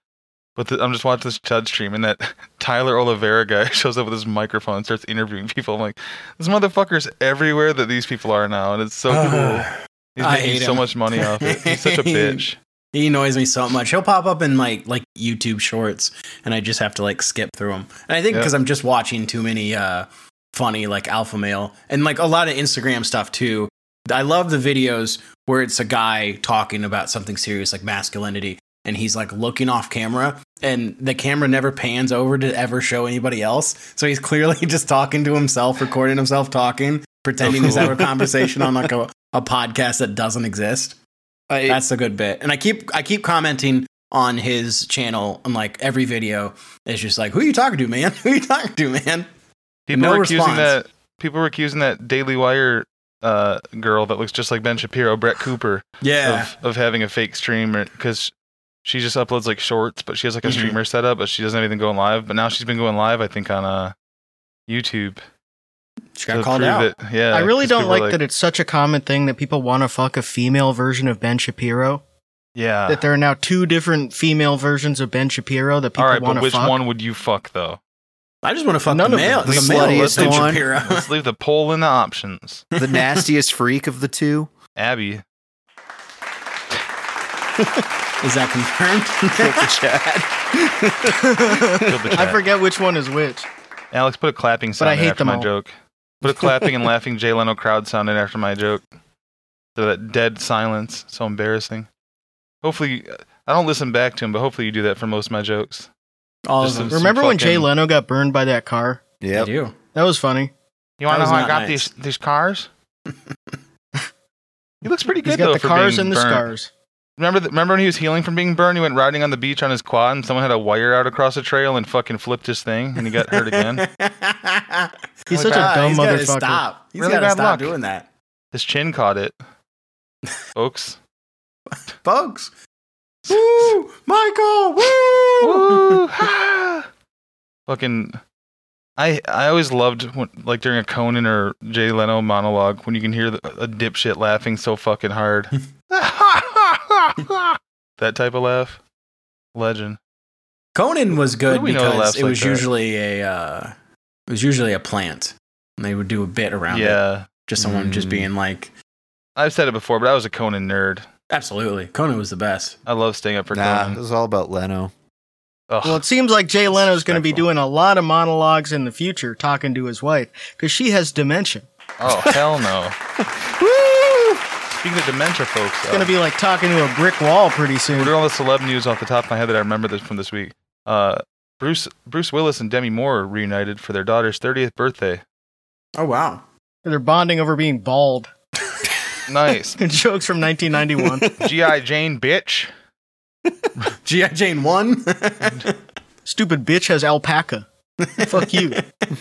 Speaker 2: But the, I'm just watching this Chud stream, and that Tyler Oliveira guy shows up with his microphone and starts interviewing people. I'm like, this motherfucker's everywhere that these people are now, and it's so cool. He's
Speaker 4: I
Speaker 2: making
Speaker 4: hate
Speaker 2: so
Speaker 4: him.
Speaker 2: much money off it. He's such a bitch.
Speaker 4: He annoys me so much. He'll pop up in like like YouTube shorts, and I just have to like skip through them. And I think
Speaker 2: Yeah.
Speaker 4: because I'm just watching too many uh, funny like alpha male and like a lot of Instagram stuff too. I love the videos where it's a guy talking about something serious like masculinity, and he's like looking off camera, and the camera never pans over to ever show anybody else. So he's clearly just talking to himself, recording himself talking, pretending he's having a conversation on like a, a podcast that doesn't exist.
Speaker 3: I,
Speaker 4: That's a good bit. And I keep I keep commenting on his channel on like every video. It's just like, who you talking to, man? Who you talking to, man?
Speaker 2: People
Speaker 4: No
Speaker 2: were accusing
Speaker 4: response.
Speaker 2: that. People were accusing that Daily Wire uh, girl that looks just like Ben Shapiro, Brett Cooper.
Speaker 4: Yeah.
Speaker 2: of, of having a fake streamer because she just uploads like shorts, but she has like a
Speaker 4: Mhm.
Speaker 2: streamer set up, but she doesn't have anything going live. But now she's been going live, I think, on uh, YouTube.
Speaker 4: She got called out.
Speaker 2: It. Yeah,
Speaker 1: I really
Speaker 2: 'cause
Speaker 1: don't
Speaker 2: people are
Speaker 1: like, that it's such a common thing that people want to fuck a female version of Ben Shapiro.
Speaker 2: Yeah.
Speaker 1: that there are now two different female versions of Ben Shapiro that people
Speaker 2: All right,
Speaker 1: want
Speaker 2: but
Speaker 1: to
Speaker 2: which
Speaker 1: fuck.
Speaker 2: one would you fuck though?
Speaker 4: I just want to fuck
Speaker 1: None
Speaker 4: the
Speaker 1: of them.
Speaker 4: male.
Speaker 3: The
Speaker 4: The, male
Speaker 3: sluttiest
Speaker 4: Ben
Speaker 3: one.
Speaker 4: Shapiro.
Speaker 2: Let's leave the poll in the options.
Speaker 3: the nastiest freak of the two.
Speaker 2: Abby,
Speaker 4: Is that confirmed?
Speaker 2: Killed the
Speaker 1: I
Speaker 2: cat.
Speaker 1: forget which one is which.
Speaker 2: Alex, put a clapping sound
Speaker 1: I
Speaker 2: in
Speaker 1: hate
Speaker 2: after
Speaker 1: them
Speaker 2: my
Speaker 1: all.
Speaker 2: joke. Put a clapping and laughing Jay Leno crowd sound in after my joke. So that dead silence, so embarrassing. Hopefully, I don't listen back to him, but hopefully you do that for most of my jokes.
Speaker 4: All of
Speaker 2: Just
Speaker 4: them.
Speaker 2: some
Speaker 1: Remember when Jay
Speaker 2: fucking-
Speaker 1: Leno got burned by that car?
Speaker 4: I
Speaker 3: Yep.
Speaker 4: do.
Speaker 1: That was funny.
Speaker 2: You want
Speaker 4: That
Speaker 2: to know
Speaker 4: was
Speaker 2: how I
Speaker 4: not
Speaker 2: got
Speaker 4: nice.
Speaker 2: these these cars? he looks pretty good
Speaker 1: He's got
Speaker 2: though
Speaker 1: the
Speaker 2: for
Speaker 1: cars
Speaker 2: being
Speaker 1: and the
Speaker 2: burned.
Speaker 1: scars.
Speaker 2: Remember, the, remember when he was healing from being burned? He went riding on the beach on his quad, and someone had a wire out across a trail and fucking flipped his thing, and he got hurt again.
Speaker 1: He's
Speaker 2: Like,
Speaker 1: such a
Speaker 4: Ah,
Speaker 1: dumb
Speaker 4: he's gotta
Speaker 1: motherfucker.
Speaker 4: stop. He's
Speaker 2: Really
Speaker 4: gotta
Speaker 2: bad
Speaker 4: stop
Speaker 2: luck.
Speaker 4: doing that,
Speaker 2: his chin caught it. Folks.
Speaker 4: folks. Woo, Michael. Woo.
Speaker 2: Woo! Ah! Fucking, I I always loved when, like during a Conan or Jay Leno monologue when you can hear the, a dipshit laughing so fucking hard. that type of laugh, legend.
Speaker 4: Conan was
Speaker 2: Who
Speaker 4: good
Speaker 2: do we know that laughs
Speaker 4: because it
Speaker 2: like
Speaker 4: was
Speaker 2: that?
Speaker 4: usually a uh, it was usually a plant. And they would do a bit around it.
Speaker 2: yeah,
Speaker 4: Just someone just
Speaker 3: Mm.
Speaker 4: being like,
Speaker 2: I've said it before, but I was a Conan nerd.
Speaker 4: absolutely, Conan was the best.
Speaker 2: I love staying up for
Speaker 3: Nah, it
Speaker 2: Conan.
Speaker 3: was all about Leno.
Speaker 2: Ugh.
Speaker 1: Well, it seems like Jay Leno's going to be
Speaker 2: Disrespectful.
Speaker 1: doing a lot of monologues in the future talking to his wife because she has dementia.
Speaker 2: oh hell no! Speaking of dementia, folks,
Speaker 1: It's going
Speaker 2: uh,
Speaker 1: to be like talking to a brick wall pretty
Speaker 2: we're
Speaker 1: soon.
Speaker 2: doing all the celeb news off the top of my head that I remember this from this week. Uh, Bruce Bruce Willis and Demi Moore reunited for their daughter's 30th birthday.
Speaker 4: Oh wow.
Speaker 1: They're bonding over being bald.
Speaker 2: Nice.
Speaker 1: Jokes from 1991.
Speaker 2: G.I. Jane, bitch.
Speaker 4: G.I. Jane one.
Speaker 1: Stupid bitch has alpaca. Fuck you.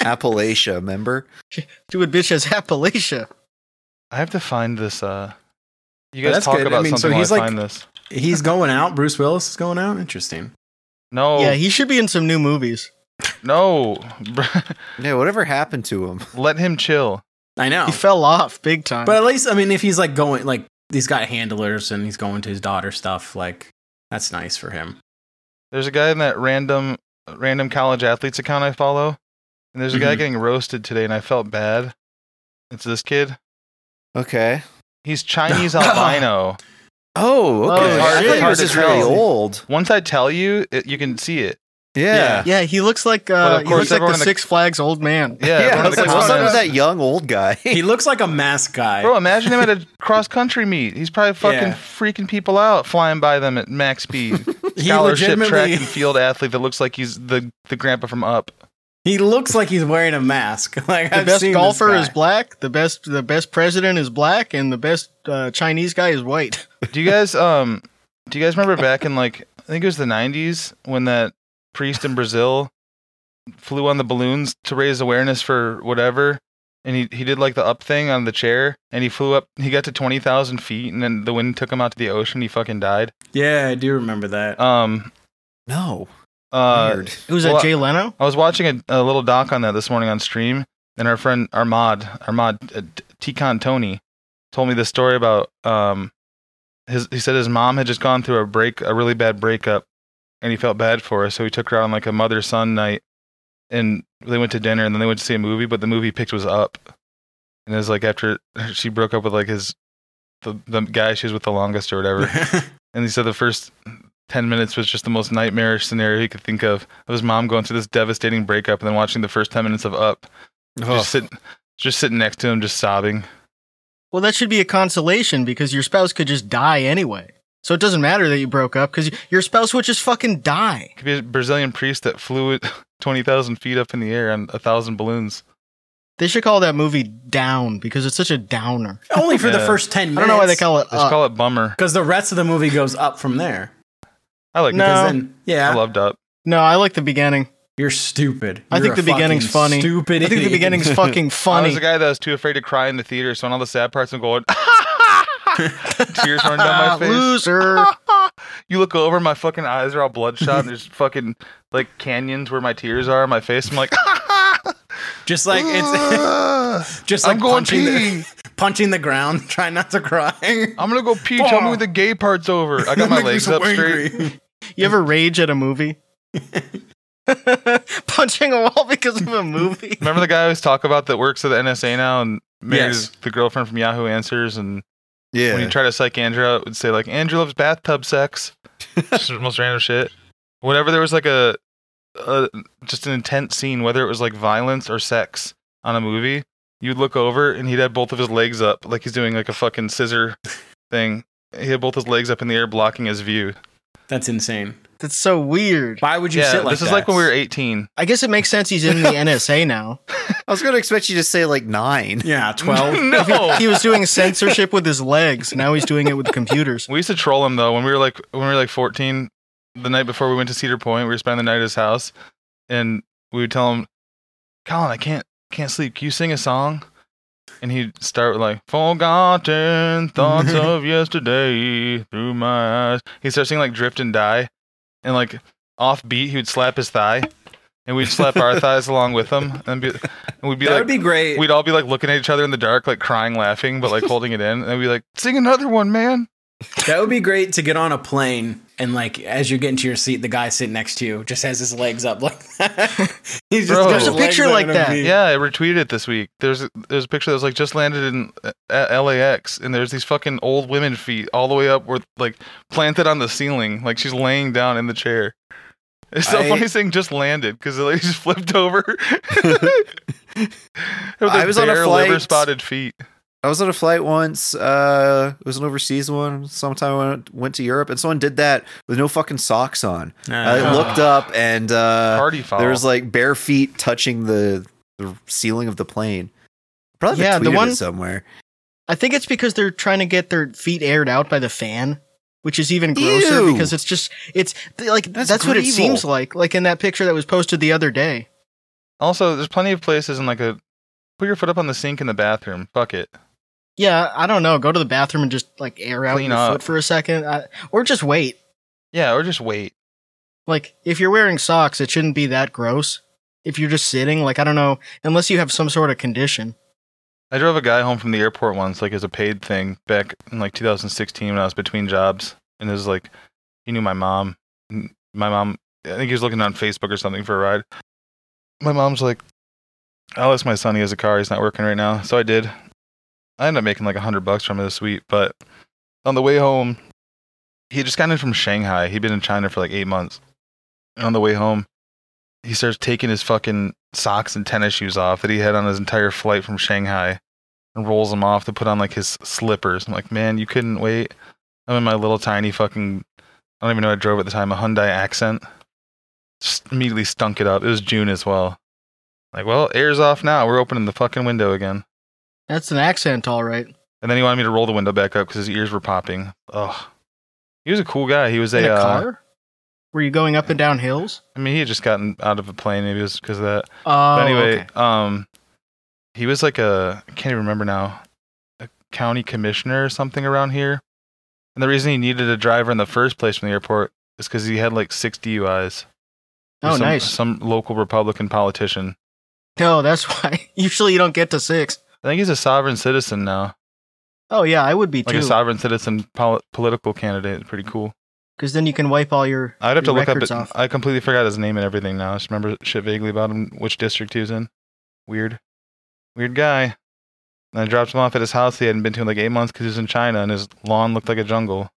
Speaker 3: Appalachia, remember?
Speaker 1: Stupid bitch has Appalachia.
Speaker 2: I have to find this. Uh, you
Speaker 4: Yeah,
Speaker 2: guys
Speaker 4: that's
Speaker 2: talk
Speaker 4: good. I
Speaker 2: about
Speaker 4: mean, so
Speaker 2: something while
Speaker 4: he's
Speaker 2: I
Speaker 4: like-
Speaker 2: find this.
Speaker 4: He's going out. Bruce Willis is going out. Interesting.
Speaker 2: No,
Speaker 1: Yeah, he should be in some new movies.
Speaker 2: no.
Speaker 3: Yeah, whatever happened to him?
Speaker 2: Let him chill.
Speaker 4: I know.
Speaker 1: He fell off big time.
Speaker 4: But at least I mean, if he's like going, like he's got handlers and he's going to his daughter stuff. Like that's nice for him.
Speaker 2: There's a guy in that random random college athletes account I follow, and there's a guy
Speaker 4: Mhm.
Speaker 2: getting roasted today, and I felt bad. It's this kid.
Speaker 3: Okay.
Speaker 2: He's Chinese albino.
Speaker 3: Oh,
Speaker 1: okay.
Speaker 3: okay. I
Speaker 1: It's hard-
Speaker 3: thought
Speaker 1: it's
Speaker 3: he
Speaker 1: hard
Speaker 3: was
Speaker 1: to
Speaker 3: just really
Speaker 2: tell.
Speaker 3: old.
Speaker 2: Once I tell you, it, you can see it.
Speaker 3: Yeah.
Speaker 1: yeah, he looks like uh,
Speaker 2: of
Speaker 1: he
Speaker 2: course
Speaker 1: looks like
Speaker 2: everyone
Speaker 1: the
Speaker 2: in the-
Speaker 1: Six Flags old man.
Speaker 2: Yeah.
Speaker 3: Yeah,
Speaker 2: one of
Speaker 3: I was
Speaker 2: the
Speaker 3: like, what's up
Speaker 2: comments-
Speaker 3: with that young old guy?
Speaker 4: He looks like a mask guy.
Speaker 2: Bro, imagine him at a cross country meet. He's probably fucking
Speaker 4: Yeah.
Speaker 2: freaking people out, flying by them at max speed.
Speaker 4: he
Speaker 2: Scholarship track and
Speaker 4: legitimately
Speaker 2: field athlete that looks like he's the the grandpa from Up.
Speaker 4: he looks like he's wearing a mask. Like
Speaker 1: The
Speaker 4: I've
Speaker 1: best
Speaker 4: seen
Speaker 1: golfer
Speaker 4: this
Speaker 1: is black. The best the best president is black, and the best uh, Chinese guy is white.
Speaker 2: Do you guys um do you guys remember back in like I think it was the 90s when that priest in Brazil flew on the balloons to raise awareness for whatever and he, he did like the up thing on the chair and he flew up he got to 20,000 feet and then the wind took him out to the ocean he fucking died.
Speaker 4: Yeah, I do remember that.
Speaker 2: Um
Speaker 3: no.
Speaker 2: uh
Speaker 3: Weird.
Speaker 1: Who's
Speaker 2: Well,
Speaker 1: that? Jay Leno.
Speaker 2: I was watching a, a little doc on that this morning on stream, and our friend Armad, Armad uh, T- Tikhon Tony, told me this story about um, his. He said his mom had just gone through a break, a really bad breakup, and he felt bad for her, so he took her out on like a mother son night, and they went to dinner, and then they went to see a movie, but the movie he picked was Up, and it was like after she broke up with like his the the guy she was with the longest or whatever,
Speaker 1: Uh,
Speaker 2: and he said the first 10 minutes was just the most nightmarish scenario he could think of of his mom going through this devastating breakup and then watching the first 10 minutes of up just, sit, just sitting next to him just sobbing
Speaker 1: Well, that should be a consolation because your spouse could just die anyway. So it doesn't matter that you broke up because your spouse would just fucking die.
Speaker 2: could be a brazilian priest that flew it 20000 feet up in the air on a thousand balloons
Speaker 1: They should call that movie Down because it's such a downer.
Speaker 4: Only for the
Speaker 2: Yeah.
Speaker 4: first ten
Speaker 1: I
Speaker 4: minutes.
Speaker 1: don't know why they call it. uh,
Speaker 2: let's
Speaker 1: Up.
Speaker 2: call it bummer
Speaker 4: because the rest of the movie goes up from there.
Speaker 2: i like
Speaker 1: No.
Speaker 4: Because then, yeah,
Speaker 2: i loved up
Speaker 1: no, I like the beginning.
Speaker 4: you're stupid.
Speaker 1: I
Speaker 4: You're
Speaker 1: think the
Speaker 4: a fucking
Speaker 1: beginning's funny.
Speaker 4: Stupid.
Speaker 1: I think the
Speaker 4: idiot.
Speaker 1: beginning's fucking
Speaker 2: i
Speaker 1: funny.
Speaker 2: was a guy that was too afraid to cry in the theater so on all the sad parts i'm going tears running down my
Speaker 1: Ah,
Speaker 2: face
Speaker 1: loser.
Speaker 2: you look over my fucking eyes are all bloodshot and there's fucking like canyons where my tears are on my face i'm like
Speaker 4: Just like it's just
Speaker 2: Ah,
Speaker 4: like
Speaker 2: I'm going
Speaker 4: punching
Speaker 2: pee.
Speaker 4: the, punching the ground, trying not to cry.
Speaker 2: I'm gonna go pee. Tell me when the gay part's over. I got my
Speaker 4: Makes me
Speaker 2: legs
Speaker 4: so
Speaker 2: up straight.
Speaker 4: angry.
Speaker 1: You ever rage at a movie? Punching a wall because of a movie.
Speaker 2: Remember the guy I always talk about that works at the NSA now and married
Speaker 4: Yes.
Speaker 2: the girlfriend from Yahoo Answers and
Speaker 3: Yeah.
Speaker 2: When you try to psych Andrew out, it would say like Andrew loves bathtub sex. just the most random shit. Whenever there was like a, a just an intense scene, whether it was like violence or sex on a movie, you'd look over and he'd have both of his legs up, like he's doing like a fucking scissor thing. He had both his legs up in the air, blocking his view.
Speaker 4: That's insane.
Speaker 1: That's so weird.
Speaker 4: Why would you
Speaker 2: yeah,
Speaker 4: sit like
Speaker 2: this
Speaker 4: that?
Speaker 2: is like when we were 18.
Speaker 1: I guess it makes sense he's in the NSA now.
Speaker 3: I was going to expect you to say like nine.
Speaker 4: yeah, twelve.
Speaker 2: no,
Speaker 1: He was doing censorship with his legs. Now he's doing it with computers.
Speaker 2: we used to troll him though when we were like when we were like 14. The night before we went to Cedar Point, we were spending the night at his house, and we would tell him, "Colin, I can't can't sleep. Can you sing a song?" And he'd start with like "Forgotten thoughts of yesterday through my eyes." He starts singing like "Drift and Die," and like off beat, he would slap his thigh, and we'd slap our thighs along with him, and, be, and we'd be
Speaker 4: that
Speaker 2: like,
Speaker 4: would be great.
Speaker 2: we'd all be like looking at each other in the dark, like crying, laughing, but like holding it in, and we'd be like, "Sing another one, man."
Speaker 4: That would be great to get on a plane and like as you get into your seat, the guy sitting next to you just has his legs up like that. He's
Speaker 2: Bro.
Speaker 4: got
Speaker 2: There's
Speaker 4: his
Speaker 2: a
Speaker 4: legs
Speaker 1: picture
Speaker 4: out
Speaker 1: like
Speaker 4: of
Speaker 1: that.
Speaker 4: me.
Speaker 2: Yeah, I retweeted it this week. There's there's a picture that was like just landed in uh, at LAX, and there's these fucking old women feet all the way up, were like planted on the ceiling, like she's laying down in the chair. It's so
Speaker 3: I-
Speaker 2: funny saying just landed because the lady just flipped over.
Speaker 3: I was on a flight.
Speaker 2: spotted feet.
Speaker 3: I was on a flight once. Uh, it was an overseas one. Sometime I went, went to Europe, and someone did that with no fucking socks on. I
Speaker 4: Uh,
Speaker 3: looked up, and uh,
Speaker 2: Party foul.
Speaker 3: there was like bare feet touching the, the ceiling of the plane. Probably
Speaker 1: Yeah,
Speaker 3: yeah,
Speaker 1: the
Speaker 3: the
Speaker 1: one-
Speaker 3: one somewhere.
Speaker 1: I think it's because they're trying to get their feet aired out by the fan, which is even grosser
Speaker 3: Ew.
Speaker 1: because it's just it's th- like that's,
Speaker 3: That's
Speaker 1: what it
Speaker 3: grievel.
Speaker 1: seems like. Like in that picture that was posted the other day.
Speaker 2: also, there's plenty of places in like a put your foot up on the sink in the bathroom. Fuck it.
Speaker 1: Yeah, I don't know. Go to the bathroom and just like air out
Speaker 2: Clean
Speaker 1: your
Speaker 2: up.
Speaker 1: foot for a second, I, or just wait.
Speaker 2: Yeah, or just wait.
Speaker 1: Like if you're wearing socks, it shouldn't be that gross. If you're just sitting, like I don't know, unless you have some sort of condition.
Speaker 2: I drove a guy home from the airport once, like as a paid thing back in like 2016 when I was between jobs, and it was like he knew my mom. and My mom, I think he was looking on Facebook or something for a ride. My mom's like, "I'll ask my son. He has a car. He's not working right now." So I did. I ended up making like a hundred bucks from it this week, but on the way home, he had just got in from Shanghai. He'd been in China for like eight months, and on the way home, he starts taking his fucking socks and tennis shoes off that he had on his entire flight from Shanghai and rolls them off to put on like his slippers. I'm like, man, you couldn't wait. I'm in my little tiny fucking, I don't even know what I drove at the time, a Hyundai accent. Just immediately stunk it up. It was June as well. Like, well, air's off now. We're opening the fucking window again.
Speaker 1: That's an accent, all right.
Speaker 2: And then he wanted me to roll the window back up because his ears were popping. Ugh. He was a cool guy. He was a,
Speaker 1: in a
Speaker 2: uh,
Speaker 1: car? Were you going up and down hills?
Speaker 2: I mean, he had just gotten out of a plane. Maybe it was because of that.
Speaker 1: Oh,
Speaker 2: But anyway,
Speaker 1: okay.
Speaker 2: um, he was like a I can't even remember now, a county commissioner or something around here. And the reason he needed a driver in the first place from the airport is because he had like six DUIs.
Speaker 1: Oh,
Speaker 2: some,
Speaker 1: nice.
Speaker 2: Some local Republican politician.
Speaker 1: No, Oh, that's why. Usually you don't get to six.
Speaker 2: I think he's a sovereign citizen now,
Speaker 1: Oh yeah, I would be
Speaker 2: like
Speaker 1: too.
Speaker 2: a sovereign citizen pol- political candidate. It's pretty cool.
Speaker 1: Because then you can wipe all your.
Speaker 2: I'd have to
Speaker 1: your
Speaker 2: look up.
Speaker 1: records
Speaker 2: It,
Speaker 1: off.
Speaker 2: I completely forgot his name and everything now. I just remember shit vaguely about him, which district he was in. Weird, weird guy. And I dropped him off at his house. He hadn't been to in like eight months because he was in China, and his lawn looked like a jungle.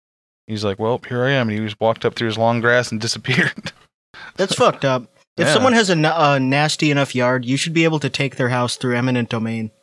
Speaker 2: He's like, "Well, here I am," and he just walked up through his long grass and disappeared.
Speaker 1: That's fucked up. If
Speaker 2: Yeah.
Speaker 1: someone has a, n- a nasty enough yard, you should be able to take their house through eminent domain.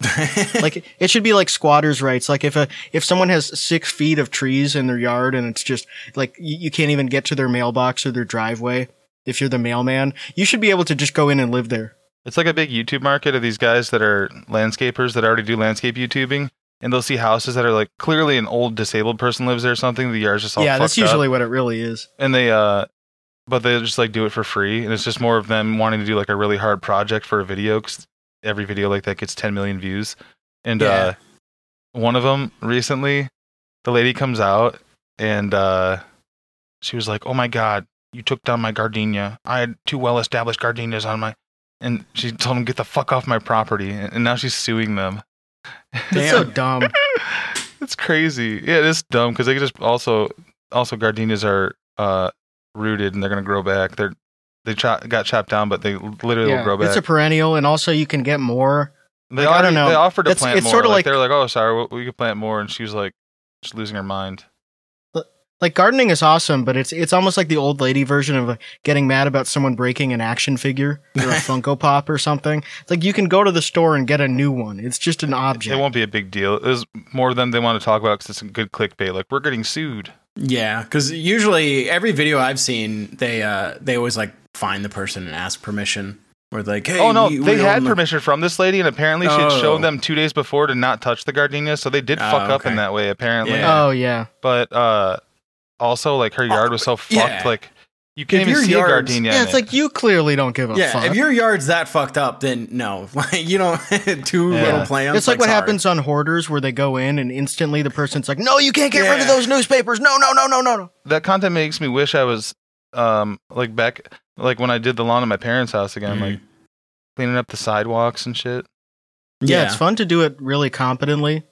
Speaker 1: Like it should be like squatters' rights. Like if a if someone has six feet of trees in their yard and it's just like you, you can't even get to their mailbox or their driveway. If you're the mailman, you should be able to just go in and live there.
Speaker 2: It's like a big YouTube market of these guys that are landscapers that already do landscape YouTubing, and they'll see houses that are like clearly an old disabled person lives there or something. The yard's just all
Speaker 1: yeah, that's
Speaker 2: fucked up.
Speaker 1: usually what it really is.
Speaker 2: and they uh but they just like do it for free and it's just more of them wanting to do like a really hard project for a video because every video like that gets 10 million views and uh
Speaker 4: Yeah.
Speaker 2: one of them recently the lady comes out and uh she was like oh my god you took down my gardenia i had two well-established gardenias on my and she told him get the fuck off my property and and now she's suing them
Speaker 1: That's so dumb.
Speaker 2: it's crazy. Yeah, it is dumb because they could just also also gardenias are uh rooted and they're gonna grow back. They're they cho- got chopped down, but they literally will
Speaker 1: yeah,
Speaker 2: grow back.
Speaker 1: it's a perennial, and also you can get more. like,
Speaker 2: they
Speaker 1: I
Speaker 2: already-
Speaker 1: don't know.
Speaker 2: They offered to
Speaker 1: That's-
Speaker 2: plant
Speaker 1: it's
Speaker 2: more.
Speaker 1: sorta
Speaker 2: like,
Speaker 1: like-
Speaker 2: they're like, oh, sorry, we, we could plant more, and she was like, just losing her mind.
Speaker 1: Like gardening is awesome, but it's it's almost like the old lady version of like, getting mad about someone breaking an action figure or a Funko Pop or something. It's like you can go to the store and get a new one. It's just an object.
Speaker 2: It won't be a big deal. It was more than they want to talk about because it's a good clickbait. Like we're getting sued.
Speaker 4: Yeah, because usually every video I've seen, they uh they always like find the person and ask permission. Or like, hey,
Speaker 2: oh no,
Speaker 4: we-
Speaker 2: they
Speaker 4: we
Speaker 2: had
Speaker 4: own the-
Speaker 2: permission from this lady, and apparently she had
Speaker 4: Oh.
Speaker 2: shown them two days before to not touch the gardenia, so they did
Speaker 4: Oh,
Speaker 2: fuck up
Speaker 4: okay.
Speaker 2: in that way apparently.
Speaker 4: Yeah.
Speaker 1: Oh Ah, yeah.
Speaker 2: But uh, also like her yard was so fucked,
Speaker 4: yeah.
Speaker 2: like you can't
Speaker 4: If
Speaker 2: even
Speaker 4: your
Speaker 2: see
Speaker 4: yard's-
Speaker 2: a gardenia.
Speaker 1: Yeah,
Speaker 2: in
Speaker 1: it's
Speaker 2: it.
Speaker 1: like you clearly don't give a
Speaker 4: Yeah,
Speaker 1: fuck.
Speaker 4: if your yard's that fucked up, then no, like you don't two
Speaker 2: Yeah.
Speaker 4: little plants.
Speaker 1: it's like what
Speaker 4: hard.
Speaker 1: happens on hoarders where they go in and instantly the person's like, "No, you can't get rid
Speaker 4: Yeah.
Speaker 1: of those newspapers. No, no, no, no, no, no."
Speaker 2: that content makes me wish I was um like back like when I did the lawn at my parents' house again,
Speaker 4: Mhm.
Speaker 2: like cleaning up the sidewalks and shit.
Speaker 1: Yeah, it's fun to do it really competently.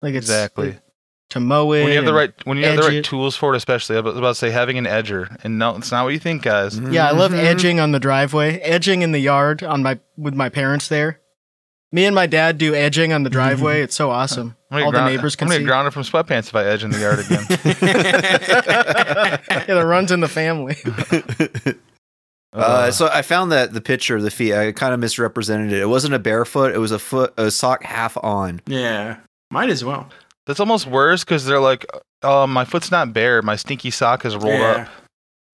Speaker 1: Like it's
Speaker 2: Exactly.
Speaker 1: to mow it.
Speaker 2: When you have the
Speaker 1: and-
Speaker 2: right when you have the
Speaker 1: edge
Speaker 2: right
Speaker 1: it.
Speaker 2: tools for it, especially I was about to say having an edger, and no, it's not what you think, guys.
Speaker 1: Yeah, I love
Speaker 4: Mm-hmm.
Speaker 3: Mhm.
Speaker 1: edging on the driveway, edging in the yard on my with my parents there. Me and my dad do edging on the driveway. It's so awesome.
Speaker 2: I'm gonna
Speaker 1: All
Speaker 2: get
Speaker 1: the
Speaker 2: ground-
Speaker 1: neighbors can
Speaker 2: I'm gonna
Speaker 1: see.
Speaker 2: get grounded from sweatpants if I edge in the yard again.
Speaker 1: it runs in the family.
Speaker 3: Uh, so I found that the picture of the feet, I kind of misrepresented it. It wasn't a barefoot; it was a foot, a sock half on.
Speaker 4: yeah, might as well.
Speaker 2: that's almost worse because they're like, oh, my foot's not bare. My stinky sock is rolled
Speaker 4: yeah.
Speaker 2: up.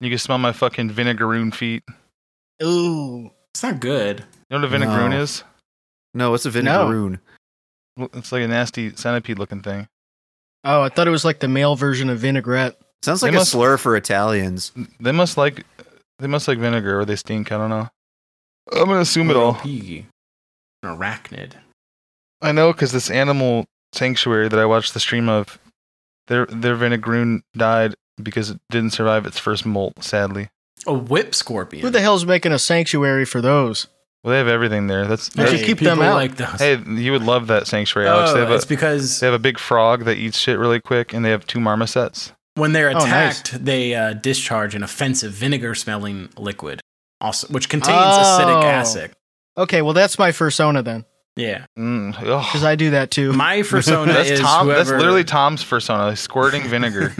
Speaker 2: You can smell my fucking vinegaroon feet.
Speaker 1: Ooh.
Speaker 4: It's not good.
Speaker 2: You know what a vinegaroon
Speaker 3: No.
Speaker 2: is?
Speaker 3: No, it's a vinegaroon.
Speaker 2: It's like a nasty centipede looking thing.
Speaker 1: Oh, I thought it was like the male version of vinaigrette.
Speaker 3: Sounds
Speaker 2: They
Speaker 3: like
Speaker 2: must-
Speaker 3: a slur for Italians.
Speaker 2: They must like they must like vinegar or they stink. I don't know. I'm gonna assume it all.
Speaker 4: Piggy. An arachnid.
Speaker 2: I know because this animal sanctuary that I watched the stream of, their their vinegaroon died because it didn't survive its first molt. Sadly,
Speaker 4: A whip scorpion.
Speaker 1: Who the hell's making a sanctuary for those?
Speaker 2: well they have everything there. That's,
Speaker 1: They
Speaker 2: that's-
Speaker 1: should keep them
Speaker 4: people
Speaker 1: out.
Speaker 4: Like those.
Speaker 2: hey, you would love that sanctuary, Alex.
Speaker 4: Oh,
Speaker 2: They have
Speaker 4: it's
Speaker 2: a
Speaker 4: because
Speaker 2: they have a big frog that eats shit really quick, and they have two marmosets.
Speaker 4: when they're
Speaker 1: Oh, nice.
Speaker 4: attacked, they uh, discharge an offensive vinegar-smelling liquid, also which contains
Speaker 1: Oh.
Speaker 4: acidic acid.
Speaker 1: Okay, well that's my fursona then,
Speaker 4: Yeah,
Speaker 2: Mm, ugh.
Speaker 1: because I do that too.
Speaker 4: my persona
Speaker 2: that's
Speaker 4: is
Speaker 2: Tom.
Speaker 4: whoever.
Speaker 2: That's literally Tom's persona. Squirting vinegar.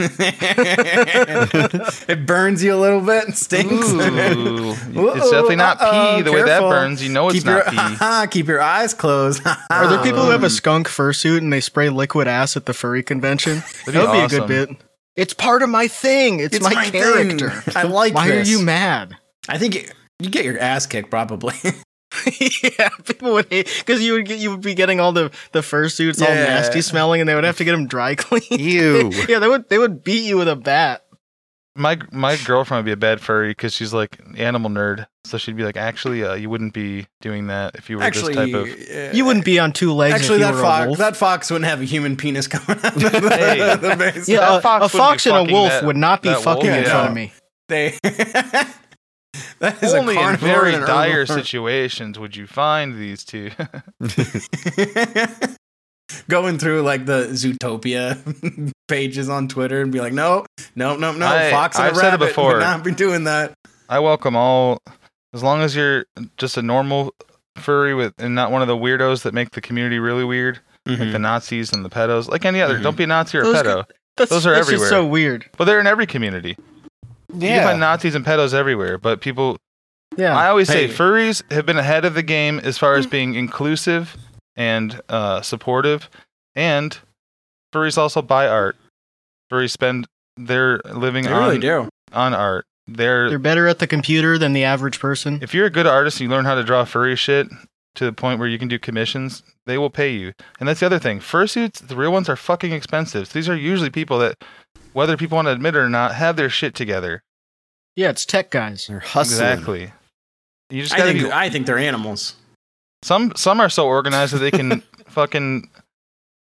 Speaker 4: it burns you a little bit and stinks.
Speaker 2: Ooh, it's
Speaker 4: Uh-oh,
Speaker 2: definitely not
Speaker 4: uh-oh,
Speaker 2: pee. The way that
Speaker 4: careful.
Speaker 2: burns, you know it's
Speaker 4: keep
Speaker 2: not
Speaker 4: your, Ah,
Speaker 2: pee.
Speaker 4: keep your eyes closed.
Speaker 1: Are there people who have a skunk fursuit and they spray liquid ass at the furry convention?
Speaker 2: That'd be
Speaker 1: That would be a
Speaker 2: awesome.
Speaker 1: good bit. It's part of my thing. It's,
Speaker 4: It's
Speaker 1: my,
Speaker 4: my thing.
Speaker 1: character.
Speaker 4: I like
Speaker 1: Why
Speaker 4: this.
Speaker 1: are you mad?
Speaker 4: I think you, you get your ass kicked probably.
Speaker 1: yeah, people would hate because you would get you would be getting all the the fursuits all
Speaker 4: Yeah.
Speaker 1: nasty smelling, and they would have to get them dry cleaned.
Speaker 3: Ew.
Speaker 1: yeah, they would they would beat you with a bat.
Speaker 2: my my girlfriend would be a bad furry because she's like an animal nerd. So she'd be like, actually, uh, you wouldn't be doing that if you were
Speaker 4: actually,
Speaker 2: this type of.
Speaker 4: uh,
Speaker 1: You wouldn't be on two legs.
Speaker 4: Actually,
Speaker 1: if you
Speaker 4: that
Speaker 1: were a
Speaker 4: fox
Speaker 1: wolf.
Speaker 4: that fox wouldn't have a human penis coming out of the,
Speaker 2: Hey.
Speaker 4: the base.
Speaker 1: yeah,
Speaker 2: that
Speaker 1: a- a,
Speaker 2: fox wouldn't be
Speaker 1: fox and a
Speaker 2: fucking
Speaker 1: wolf
Speaker 2: that-
Speaker 1: would not be
Speaker 2: that wolf,
Speaker 1: fucking in
Speaker 4: yeah.
Speaker 1: front of me.
Speaker 4: They, that is
Speaker 2: Only
Speaker 4: a
Speaker 2: in
Speaker 4: carnivore
Speaker 2: very
Speaker 4: and an
Speaker 2: dire
Speaker 4: herbivore.
Speaker 2: situations would you find these two.
Speaker 4: going through like the Zootopia pages on Twitter and be like, no, no, no, no,
Speaker 2: I-
Speaker 4: Fox and
Speaker 2: I've
Speaker 4: a
Speaker 2: said it
Speaker 4: rabbit
Speaker 2: before.
Speaker 4: would not be doing that.
Speaker 2: I welcome all, as long as you're just a normal furry with and not one of the weirdos that make the community really weird,
Speaker 4: Mm-hmm.
Speaker 2: like the Nazis and the pedos, like any other.
Speaker 4: Mhm.
Speaker 2: Don't be a Nazi or a
Speaker 1: Those
Speaker 2: pedo,
Speaker 1: That's,
Speaker 2: Those are
Speaker 1: that's
Speaker 2: everywhere.
Speaker 1: Just so weird.
Speaker 2: but they're in every community. You can find Nazis and pedos everywhere, but people
Speaker 1: Yeah,
Speaker 2: I always
Speaker 4: Hey.
Speaker 2: say furries have been ahead of the game as far as being inclusive and uh, supportive, and furries also buy art. Furries spend their living
Speaker 4: They
Speaker 2: on
Speaker 4: really do.
Speaker 2: on art. They're,
Speaker 1: they're better at the computer than the average person.
Speaker 2: if you're a good artist and you learn how to draw furry shit to the point where you can do commissions, they will pay you. And that's the other thing. Fursuits, the real ones are fucking expensive. So these are usually people that, whether people want to admit it or not, have their shit together.
Speaker 1: Yeah, it's tech guys.
Speaker 3: They're hustling.
Speaker 2: Exactly. You just
Speaker 4: I
Speaker 2: gotta
Speaker 4: think,
Speaker 2: be
Speaker 4: I think they're animals.
Speaker 2: Some some are so organized that they can fucking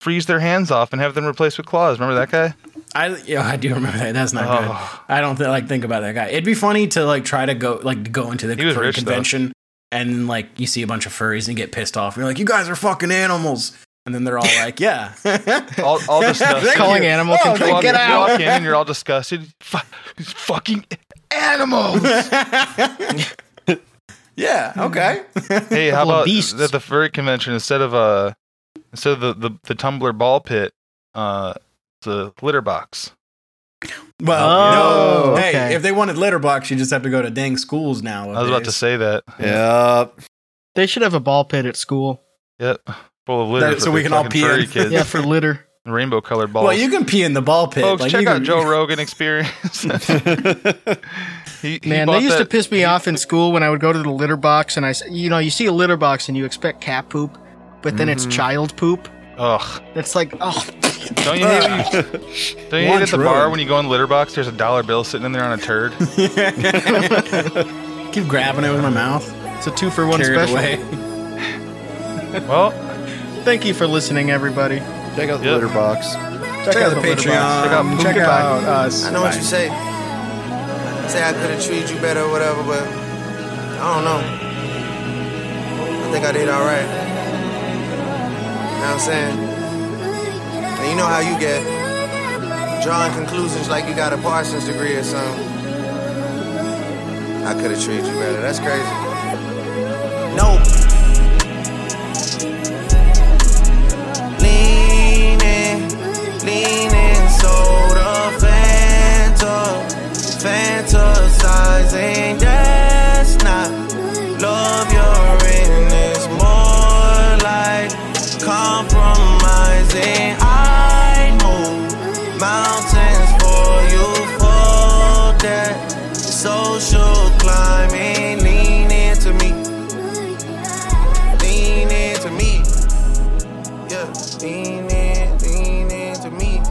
Speaker 2: freeze their hands off and have them replaced with claws. Remember that guy?
Speaker 4: I yeah, I do remember that. That's not good.
Speaker 2: Oh,
Speaker 4: I don't th- like think about that guy. It'd be funny to like try to go like go into the
Speaker 2: He was
Speaker 4: furry
Speaker 2: rich, though.
Speaker 4: convention and like you see a bunch of furries and get pissed off. You're like, you guys are fucking animals, and then they're all like, yeah,
Speaker 2: All- all this stuff.
Speaker 4: Thank
Speaker 1: Calling
Speaker 4: you.
Speaker 1: animal
Speaker 4: Oh,
Speaker 2: you
Speaker 1: control.
Speaker 2: walk,
Speaker 4: get
Speaker 2: you
Speaker 4: out.
Speaker 2: walk in and you're all disgusted. Fu- these fucking animals.
Speaker 4: yeah. Okay.
Speaker 2: hey,
Speaker 1: Couple
Speaker 2: how
Speaker 1: of
Speaker 2: about
Speaker 1: beasts.
Speaker 2: at the furry convention instead of uh instead of the the, the tumbler ball pit, uh, It's a litter box.
Speaker 4: Well,
Speaker 1: Oh,
Speaker 4: no. Hey,
Speaker 1: okay.
Speaker 4: if they wanted litter blocks, you just have to go to dang schools now.
Speaker 2: I was about to say that.
Speaker 3: Yeah.
Speaker 1: They should have a ball pit at school.
Speaker 2: Yep. Full of litter.
Speaker 4: That-
Speaker 2: for
Speaker 4: so we
Speaker 2: big
Speaker 4: can all
Speaker 2: fucking
Speaker 4: pee in.
Speaker 2: furry kids.
Speaker 1: Yeah, for litter.
Speaker 2: Rainbow colored balls.
Speaker 4: Well, you can pee in the ball pit.
Speaker 2: Folks,
Speaker 4: Like,
Speaker 2: check
Speaker 4: you
Speaker 2: out
Speaker 4: can-
Speaker 2: Joe Rogan Experience. he, he
Speaker 1: Man,
Speaker 2: bought
Speaker 1: they used to
Speaker 2: that-
Speaker 1: piss me off in school when I would go to the litter box and I, s- you know, you see a litter box and you expect cat poop, but then
Speaker 2: Mm-hmm.
Speaker 1: it's child poop.
Speaker 2: Ugh.
Speaker 1: It's like, oh,
Speaker 2: Don't you hate, when you- don't you hate at
Speaker 4: Lunch
Speaker 2: the bar
Speaker 4: ruined.
Speaker 2: when you go in the litter box? There's a dollar bill sitting in there on a turd.
Speaker 4: Keep grabbing it with my mouth.
Speaker 1: it's a two for one
Speaker 4: Carry it
Speaker 1: special.
Speaker 4: away.
Speaker 2: well,
Speaker 1: Thank you for listening, everybody.
Speaker 3: Check out the
Speaker 2: Yep.
Speaker 3: litter box.
Speaker 4: Check, out the
Speaker 1: litter box.
Speaker 4: Patreon.
Speaker 2: box.
Speaker 4: Check
Speaker 2: Check out Puka
Speaker 4: out us.
Speaker 5: I know what
Speaker 4: Bye.
Speaker 5: you say. Say I could have treated you better or whatever, but I don't know. I think I did all right. You know what I'm saying? And you know how you get. Drawing conclusions like you got a Parsons degree or something. I could have treated you better. That's crazy. No. Leaning, leaning, soda, Fanta, fantasizing. That's not love. You're in it's more like compromising. I move mountains for you for that social climbing. Lean into me, lean into me. Yeah, lean in, lean into me.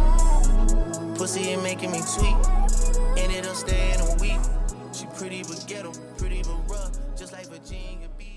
Speaker 5: Pussy ain't making me sweet, and it'll stay in a week. She pretty but ghetto, pretty but rough, just like Virginia Beach.